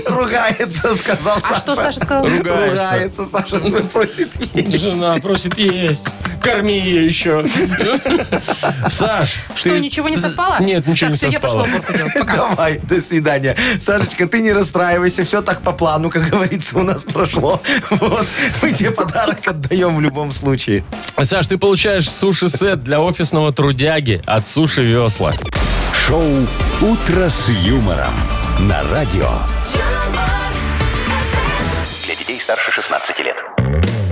Speaker 4: Ругается, сказал
Speaker 3: А что Саша сказал?
Speaker 2: Ругается.
Speaker 4: Ругается, Саша просит есть.
Speaker 2: Жена просит есть. Корми ее еще. Саш,
Speaker 3: Что,
Speaker 2: ты-
Speaker 3: ничего не совпало?
Speaker 2: Нет, ничего
Speaker 3: так,
Speaker 2: не
Speaker 3: все, я пошла
Speaker 2: совпало.
Speaker 3: уборку делать. Пока.
Speaker 4: Давай, до свидания. Сашечка, ты не расстраивайся, все так по плану, как говорится, у нас прошло. Вот, мы тебе подарок отдаем в любом случае.
Speaker 2: Саш, ты получаешь суши-сет для офисного трудяги от Суши Весла.
Speaker 1: Шоу «Утро с юмором» на радио.
Speaker 7: Для детей старше 16 лет.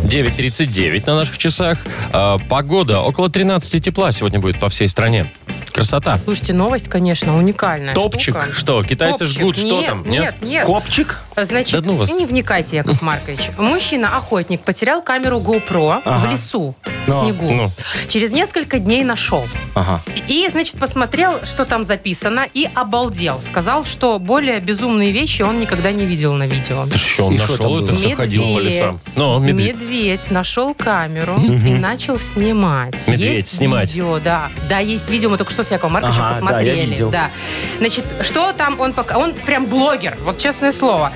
Speaker 2: 9.39 на наших часах. А, погода около 13 тепла сегодня будет по всей стране. Красота.
Speaker 3: Слушайте, новость, конечно, уникальная
Speaker 2: Топчик.
Speaker 3: штука.
Speaker 2: Что, китайцы
Speaker 3: Копчик.
Speaker 2: жгут? Что
Speaker 3: Нет,
Speaker 2: там?
Speaker 3: Нет, нет.
Speaker 4: Копчик?
Speaker 3: Значит,
Speaker 2: Да ну вас.
Speaker 3: не вникайте, Яков Маркович. Мужчина-охотник потерял камеру GoPro в лесу, в
Speaker 4: Ну,
Speaker 3: снегу.
Speaker 2: ну.
Speaker 3: Через несколько дней нашел.
Speaker 4: Ага.
Speaker 3: И, значит, посмотрел, что там записано, и обалдел. Сказал, что более безумные вещи он никогда не видел на видео.
Speaker 2: Ты что, он
Speaker 4: И что
Speaker 2: нашел
Speaker 4: там
Speaker 2: это
Speaker 4: было?
Speaker 2: все, ходил по лесам. Ну, медведь.
Speaker 3: Медведь нашел камеру и начал снимать.
Speaker 2: Медведь
Speaker 3: есть
Speaker 2: снимать.
Speaker 3: видео, да. Да, есть видео, мы только что с Яковом Марковичем
Speaker 4: Ага, да,
Speaker 3: посмотрели.
Speaker 4: я видел.
Speaker 3: Значит, что там он пока... Он прям блогер, вот честное слово.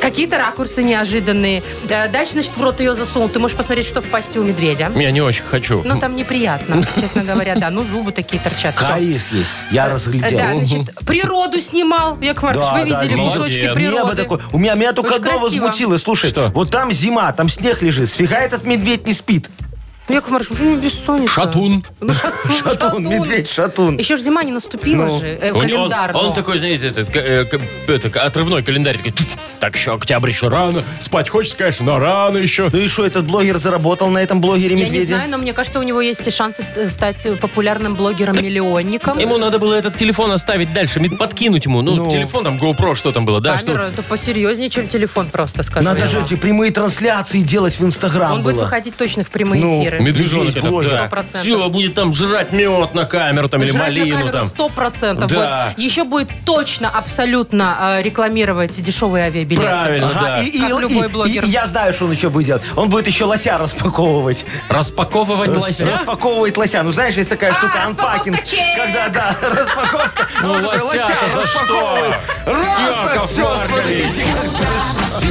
Speaker 3: Какие-то ракурсы неожиданные. Э, Дальше, значит, в рот ее засунул. Ты можешь посмотреть, что в пасте у медведя.
Speaker 2: Я не очень хочу.
Speaker 3: Ну, там неприятно, честно говоря, да. Ну, зубы такие торчат. Всё.
Speaker 4: Карис есть. Я разглядел.
Speaker 3: Да, значит, природу снимал. Яков Маркович,
Speaker 4: Да,
Speaker 3: вы
Speaker 4: да,
Speaker 3: видели
Speaker 2: видел.
Speaker 3: кусочки
Speaker 2: Молодец.
Speaker 3: природы.
Speaker 4: Небо такое. У меня, меня только
Speaker 3: Очень
Speaker 4: одно
Speaker 3: красиво.
Speaker 4: возмутило. Слушай,
Speaker 2: Что?
Speaker 4: вот там зима, там снег лежит. Сфига этот медведь не спит.
Speaker 3: Ну, Яков Маркович, почему у него бессонница?
Speaker 2: Шатун.
Speaker 3: Ну, Шатун,
Speaker 4: Шатун,
Speaker 3: шатун.
Speaker 4: медведь, шатун. Ну,
Speaker 3: Еще же зима не наступила же, э,
Speaker 2: Он- он-
Speaker 3: календарно.
Speaker 2: Он, такой, знаете, этот, к- э, к- это, отрывной календарь. такой, «Тьф, так еще октябрь еще рано. Спать хочешь, конечно, но рано еще.
Speaker 4: Ну и что, этот блогер заработал на этом
Speaker 3: Я
Speaker 4: блогере
Speaker 3: не
Speaker 4: медведя?
Speaker 3: знаю, но мне кажется, у него есть шансы ст- стать популярным блогером-миллионником.
Speaker 2: Ему надо было этот телефон оставить дальше, мед- подкинуть ему. Ну,
Speaker 4: Ну.
Speaker 2: телефон там, GoPro, что там было, да?
Speaker 3: Камера,
Speaker 2: Что?
Speaker 3: это посерьезнее, чем телефон просто, скажу
Speaker 4: Надо
Speaker 3: я
Speaker 4: же
Speaker 3: вам.
Speaker 4: эти прямые трансляции делать в Инстаграм
Speaker 3: Он будет
Speaker 4: было.
Speaker 3: выходить точно в прямые
Speaker 4: Ну,
Speaker 3: эфиры. блогеры.
Speaker 2: Медвежонок
Speaker 4: Медведь,
Speaker 2: этот,
Speaker 4: блогер.
Speaker 2: да.
Speaker 3: 100%.
Speaker 2: Сила будет там жрать мед на камеру там, или
Speaker 3: Жрать на
Speaker 2: малину
Speaker 3: камеру
Speaker 2: там.
Speaker 3: 100%
Speaker 2: Да.
Speaker 3: будет. Еще будет точно, абсолютно э, рекламировать дешевые авиабилеты.
Speaker 2: Правильно, Ну да.
Speaker 4: и,
Speaker 3: Как любой блогер.
Speaker 4: и я знаю, что он еще будет делать. Он будет еще лося распаковывать.
Speaker 2: Распаковывать лося?
Speaker 4: Распаковывать лося. Ну, знаешь, есть такая
Speaker 3: А,
Speaker 4: штука,
Speaker 3: распаковка
Speaker 4: анпакинг.
Speaker 3: чек.
Speaker 4: Когда, да, распаковка.
Speaker 2: Ну,
Speaker 4: Он такой,
Speaker 2: лося-то за
Speaker 4: распаковывает. Раз, так
Speaker 2: Яков
Speaker 4: все, смотрите.
Speaker 2: Маркович.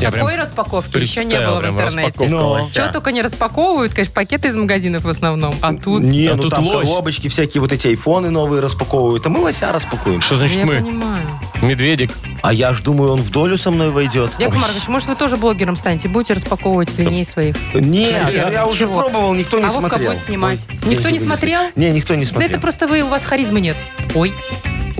Speaker 2: Я прям
Speaker 3: Такой распаковки еще не
Speaker 2: представил,
Speaker 3: было в
Speaker 2: прям
Speaker 3: интернете.
Speaker 2: распаковка
Speaker 4: Ну.
Speaker 2: лося.
Speaker 3: Что только не распаковывают, конечно, пакеты из магазинов в основном. А тут...
Speaker 4: Не,
Speaker 2: А
Speaker 4: ну
Speaker 2: тут
Speaker 4: там
Speaker 2: лось.
Speaker 4: коробочки, всякие вот эти айфоны новые распаковывают. А мы лося распакуем.
Speaker 2: Что значит
Speaker 3: Я
Speaker 2: мы?
Speaker 3: понимаю.
Speaker 2: Медведик.
Speaker 4: А я ж думаю, он в долю со мной войдет.
Speaker 3: Яков Маркович, может, вы тоже блогером станете? Будете распаковывать свиней своих?
Speaker 4: Нет,
Speaker 2: Нет,
Speaker 4: я уже
Speaker 3: чего?
Speaker 4: пробовал, никто не
Speaker 3: А Вовка
Speaker 4: смотрел.
Speaker 3: будет снимать.
Speaker 4: Ой,
Speaker 3: Никто не
Speaker 4: деньги вынесли.
Speaker 3: смотрел?
Speaker 4: Не, никто не
Speaker 3: Да это
Speaker 4: смотрел.
Speaker 3: просто вы, у вас харизмы нет. Ой,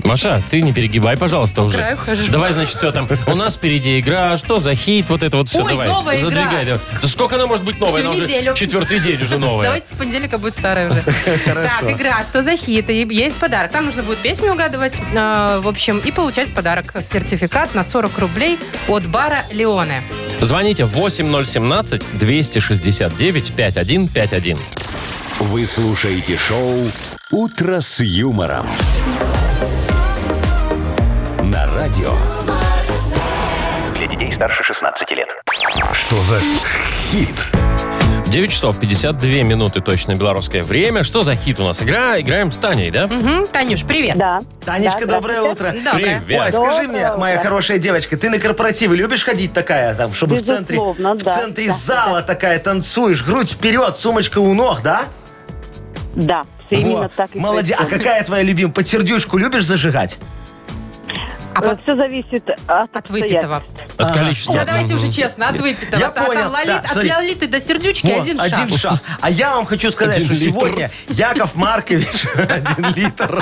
Speaker 2: Маша, ты не перегибай, пожалуйста, уже.
Speaker 3: краю хожу.
Speaker 2: Давай, значит, все там. У нас впереди игра, что за хит, вот это вот все.
Speaker 3: Ой,
Speaker 2: давай.
Speaker 3: новая игра.
Speaker 2: Задвигай. давай. Да сколько она может быть новая?
Speaker 3: Всю
Speaker 2: она
Speaker 3: неделю.
Speaker 2: уже четвертый день уже новая.
Speaker 3: давайте с понедельника будет старая уже. Так, игра «Что за хит?» И есть подарок. Там нужно будет песню угадывать, э, в общем, и получать подарок. Сертификат на 40 рублей от бара «Леоне».
Speaker 2: Звоните 8017-269-5151.
Speaker 1: Вы слушаете шоу «Утро с юмором». На радио.
Speaker 7: Для детей старше 16 лет.
Speaker 1: Что за хит?
Speaker 2: 9 часов 52 минуты точно белорусское время. Что за хит у нас? Игра, играем с Таней, да?
Speaker 3: Мгм, Танюш, привет.
Speaker 5: Да.
Speaker 4: Танечка,
Speaker 5: Да,
Speaker 4: доброе
Speaker 5: здравствуйте.
Speaker 4: утро.
Speaker 3: Доброе.
Speaker 4: Ой,
Speaker 2: Привет.
Speaker 4: скажи
Speaker 5: Доброе
Speaker 4: мне, моя
Speaker 5: утро.
Speaker 4: хорошая девочка, ты на корпоративы любишь ходить такая, там, чтобы в центре,
Speaker 5: Безусловно,
Speaker 4: в
Speaker 5: да.
Speaker 4: центре
Speaker 5: Да,
Speaker 4: зала такая танцуешь, грудь вперед, сумочка у ног, да?
Speaker 5: Да, все именно
Speaker 4: Во,
Speaker 5: так и
Speaker 4: Молодец. А
Speaker 5: происходит.
Speaker 4: какая твоя любимая? Потердюшку любишь зажигать?
Speaker 3: А вот
Speaker 5: Все Э, зависит от,
Speaker 3: от выпитого.
Speaker 2: От количества.
Speaker 3: Ну, давайте
Speaker 2: Мгм.
Speaker 3: уже честно, от выпитого.
Speaker 4: Я
Speaker 3: От- от
Speaker 4: понял,
Speaker 3: Лолит-
Speaker 4: да,
Speaker 3: От
Speaker 4: смотри.
Speaker 3: Лолиты до сердючки
Speaker 4: Вот,
Speaker 3: один шаг.
Speaker 4: шаг. А я вам хочу сказать,
Speaker 2: Один
Speaker 4: что
Speaker 2: литр.
Speaker 4: сегодня Яков Маркович... Один литр.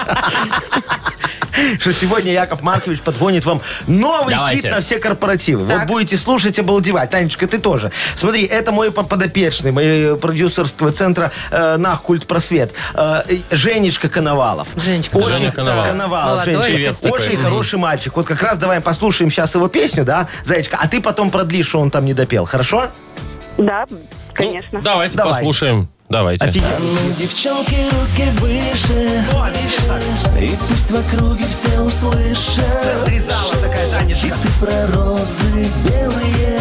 Speaker 4: Что сегодня Яков Маркович подгонит вам новый
Speaker 2: Давайте.
Speaker 4: хит на все корпоративы.
Speaker 3: Так.
Speaker 4: Вот будете слушать, обалдевать. Танечка, ты тоже. Смотри, это мой по- подопечный, мой э, продюсерского центра э, «Нах культ просвет». Э, Женечка Коновалов.
Speaker 3: Женечка
Speaker 4: Очень
Speaker 2: Женя Коновалов.
Speaker 4: Коновалов,
Speaker 3: Молодой,
Speaker 4: Женечка.
Speaker 2: Певец такой.
Speaker 4: Очень
Speaker 2: Мгм.
Speaker 4: хороший мальчик. Вот как раз давай послушаем сейчас его песню, да, Зайчка? А ты потом продлишь, что он там не допел, хорошо?
Speaker 5: Да,
Speaker 2: Ну,
Speaker 5: конечно.
Speaker 2: Давайте
Speaker 4: Давай. А
Speaker 2: послушаем. Давайте.
Speaker 4: Офигенно.
Speaker 9: Девчонки, руки выше,
Speaker 4: О, видишь так?
Speaker 9: и пусть в округе все услышат,
Speaker 4: центре зала такая Танечка.
Speaker 9: ты про розы белые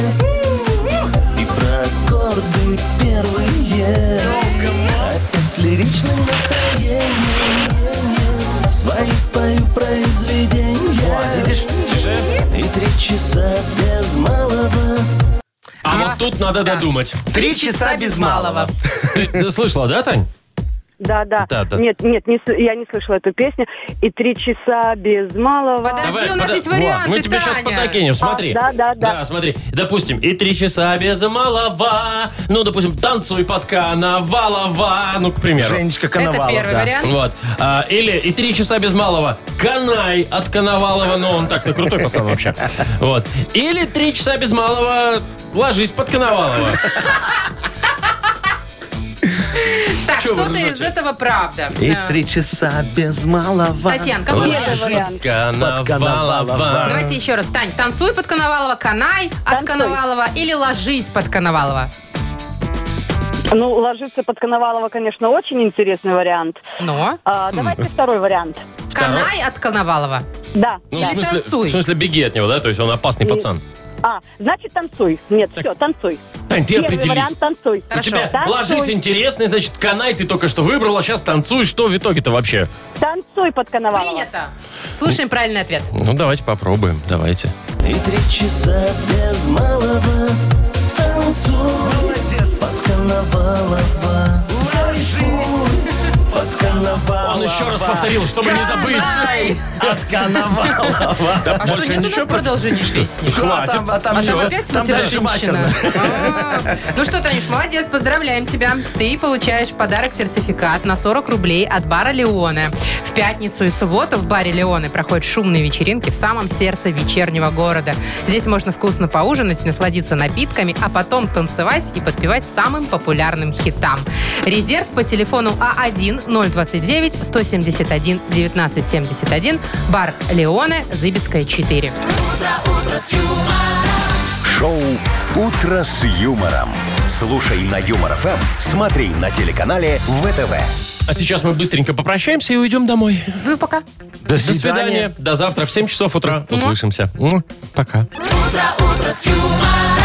Speaker 9: и про аккорды первые. Опять с лиричным настроением свои спою произведения.
Speaker 4: Видишь?
Speaker 9: И три часа без малого.
Speaker 2: А вот тут надо додумать.
Speaker 4: Три часа без малого.
Speaker 2: Ты слышала, да, Тань?
Speaker 5: Да, да.
Speaker 2: Да, да.
Speaker 5: Нет, нет, не с- я не слышала эту песню. И три часа без малого.
Speaker 3: Подожди,
Speaker 2: Давай,
Speaker 3: у нас
Speaker 2: пода-
Speaker 3: есть варианты,
Speaker 2: Мы тебе сейчас
Speaker 3: Таня.
Speaker 2: подокинем, смотри.
Speaker 5: А, да, да, да.
Speaker 2: Да, смотри. Допустим, и три часа без малого. Ну, допустим, танцуй под коновалова. Ну, к примеру.
Speaker 4: Женечка
Speaker 3: Это
Speaker 4: Коновалов,
Speaker 3: первый
Speaker 4: да.
Speaker 3: вариант.
Speaker 2: Вот. А, или и три часа без малого. Канай от Коновалова. Ну, он так-то крутой пацан вообще. Вот. Или три часа без малого. Ложись под Коновалова.
Speaker 3: Так,
Speaker 2: Чё вы
Speaker 3: что-то из
Speaker 2: ржете?
Speaker 3: этого правда. Э,
Speaker 4: И
Speaker 3: Да.
Speaker 4: три часа без малого.
Speaker 3: Татьян, какой вариант?
Speaker 5: вариант.
Speaker 2: Коновалова.
Speaker 4: Под Коновалова.
Speaker 3: Давайте еще раз. Тань, танцуй под Коновалова, канай от
Speaker 5: Танцуй.
Speaker 3: Коновалова или ложись под Коновалова.
Speaker 5: Ну, ложиться под Коновалова, конечно, очень интересный вариант.
Speaker 3: Но
Speaker 5: А,
Speaker 2: Хм.
Speaker 5: давайте второй вариант.
Speaker 3: канай от Коновалова.
Speaker 5: Да.
Speaker 2: Ну, в
Speaker 3: Или
Speaker 2: смысле,
Speaker 3: танцуй.
Speaker 2: в смысле, беги от него, да? То есть он опасный пацан.
Speaker 5: А, значит, танцуй. Нет, все, танцуй.
Speaker 2: Тань, ты
Speaker 5: Первый
Speaker 2: определись.
Speaker 5: вариант танцуй.
Speaker 2: У
Speaker 3: Хорошо.
Speaker 2: тебя
Speaker 5: Танцуй.
Speaker 2: ложись интересный, значит, канай ты только что выбрала, сейчас танцуй. Что в итоге-то вообще?
Speaker 5: Танцуй под Коновалова.
Speaker 3: Принято. Слушаем правильный ответ.
Speaker 2: Ну, давайте попробуем, давайте.
Speaker 9: И три часа без малого танцуй под Коновалова.
Speaker 4: Под Коновалова.
Speaker 2: Он еще раз повторил, чтобы не забыть.
Speaker 3: Канай.
Speaker 4: От Коновалова.
Speaker 3: А что, нет у нас продолжения песни?
Speaker 4: А там, а там
Speaker 3: А
Speaker 4: всё.
Speaker 3: там опять
Speaker 4: Там дальше
Speaker 3: матерная
Speaker 4: матерно.
Speaker 3: женщина. А. Ну что, Танюш, молодец, поздравляем тебя. Ты получаешь в подарок сертификат на 40 рублей от бара Леоне. В пятницу и субботу в баре Леоне проходят шумные вечеринки в самом сердце вечернего города. Здесь можно вкусно поужинать, насладиться напитками, а потом А танцевать и подпевать самым популярным хитам. Резерв по телефону А1 029 29 171 1971. Бар Леоне, Зыбецкая 4.
Speaker 1: Шоу «Утро с юмором». Слушай на Юмор ФМ, смотри на телеканале ВТВ.
Speaker 2: А сейчас мы быстренько попрощаемся и уйдем домой.
Speaker 3: Ну, пока.
Speaker 4: До
Speaker 2: До свидания. До завтра в 7 часов утра. Услышимся. М, Пока.
Speaker 9: утро с юмором.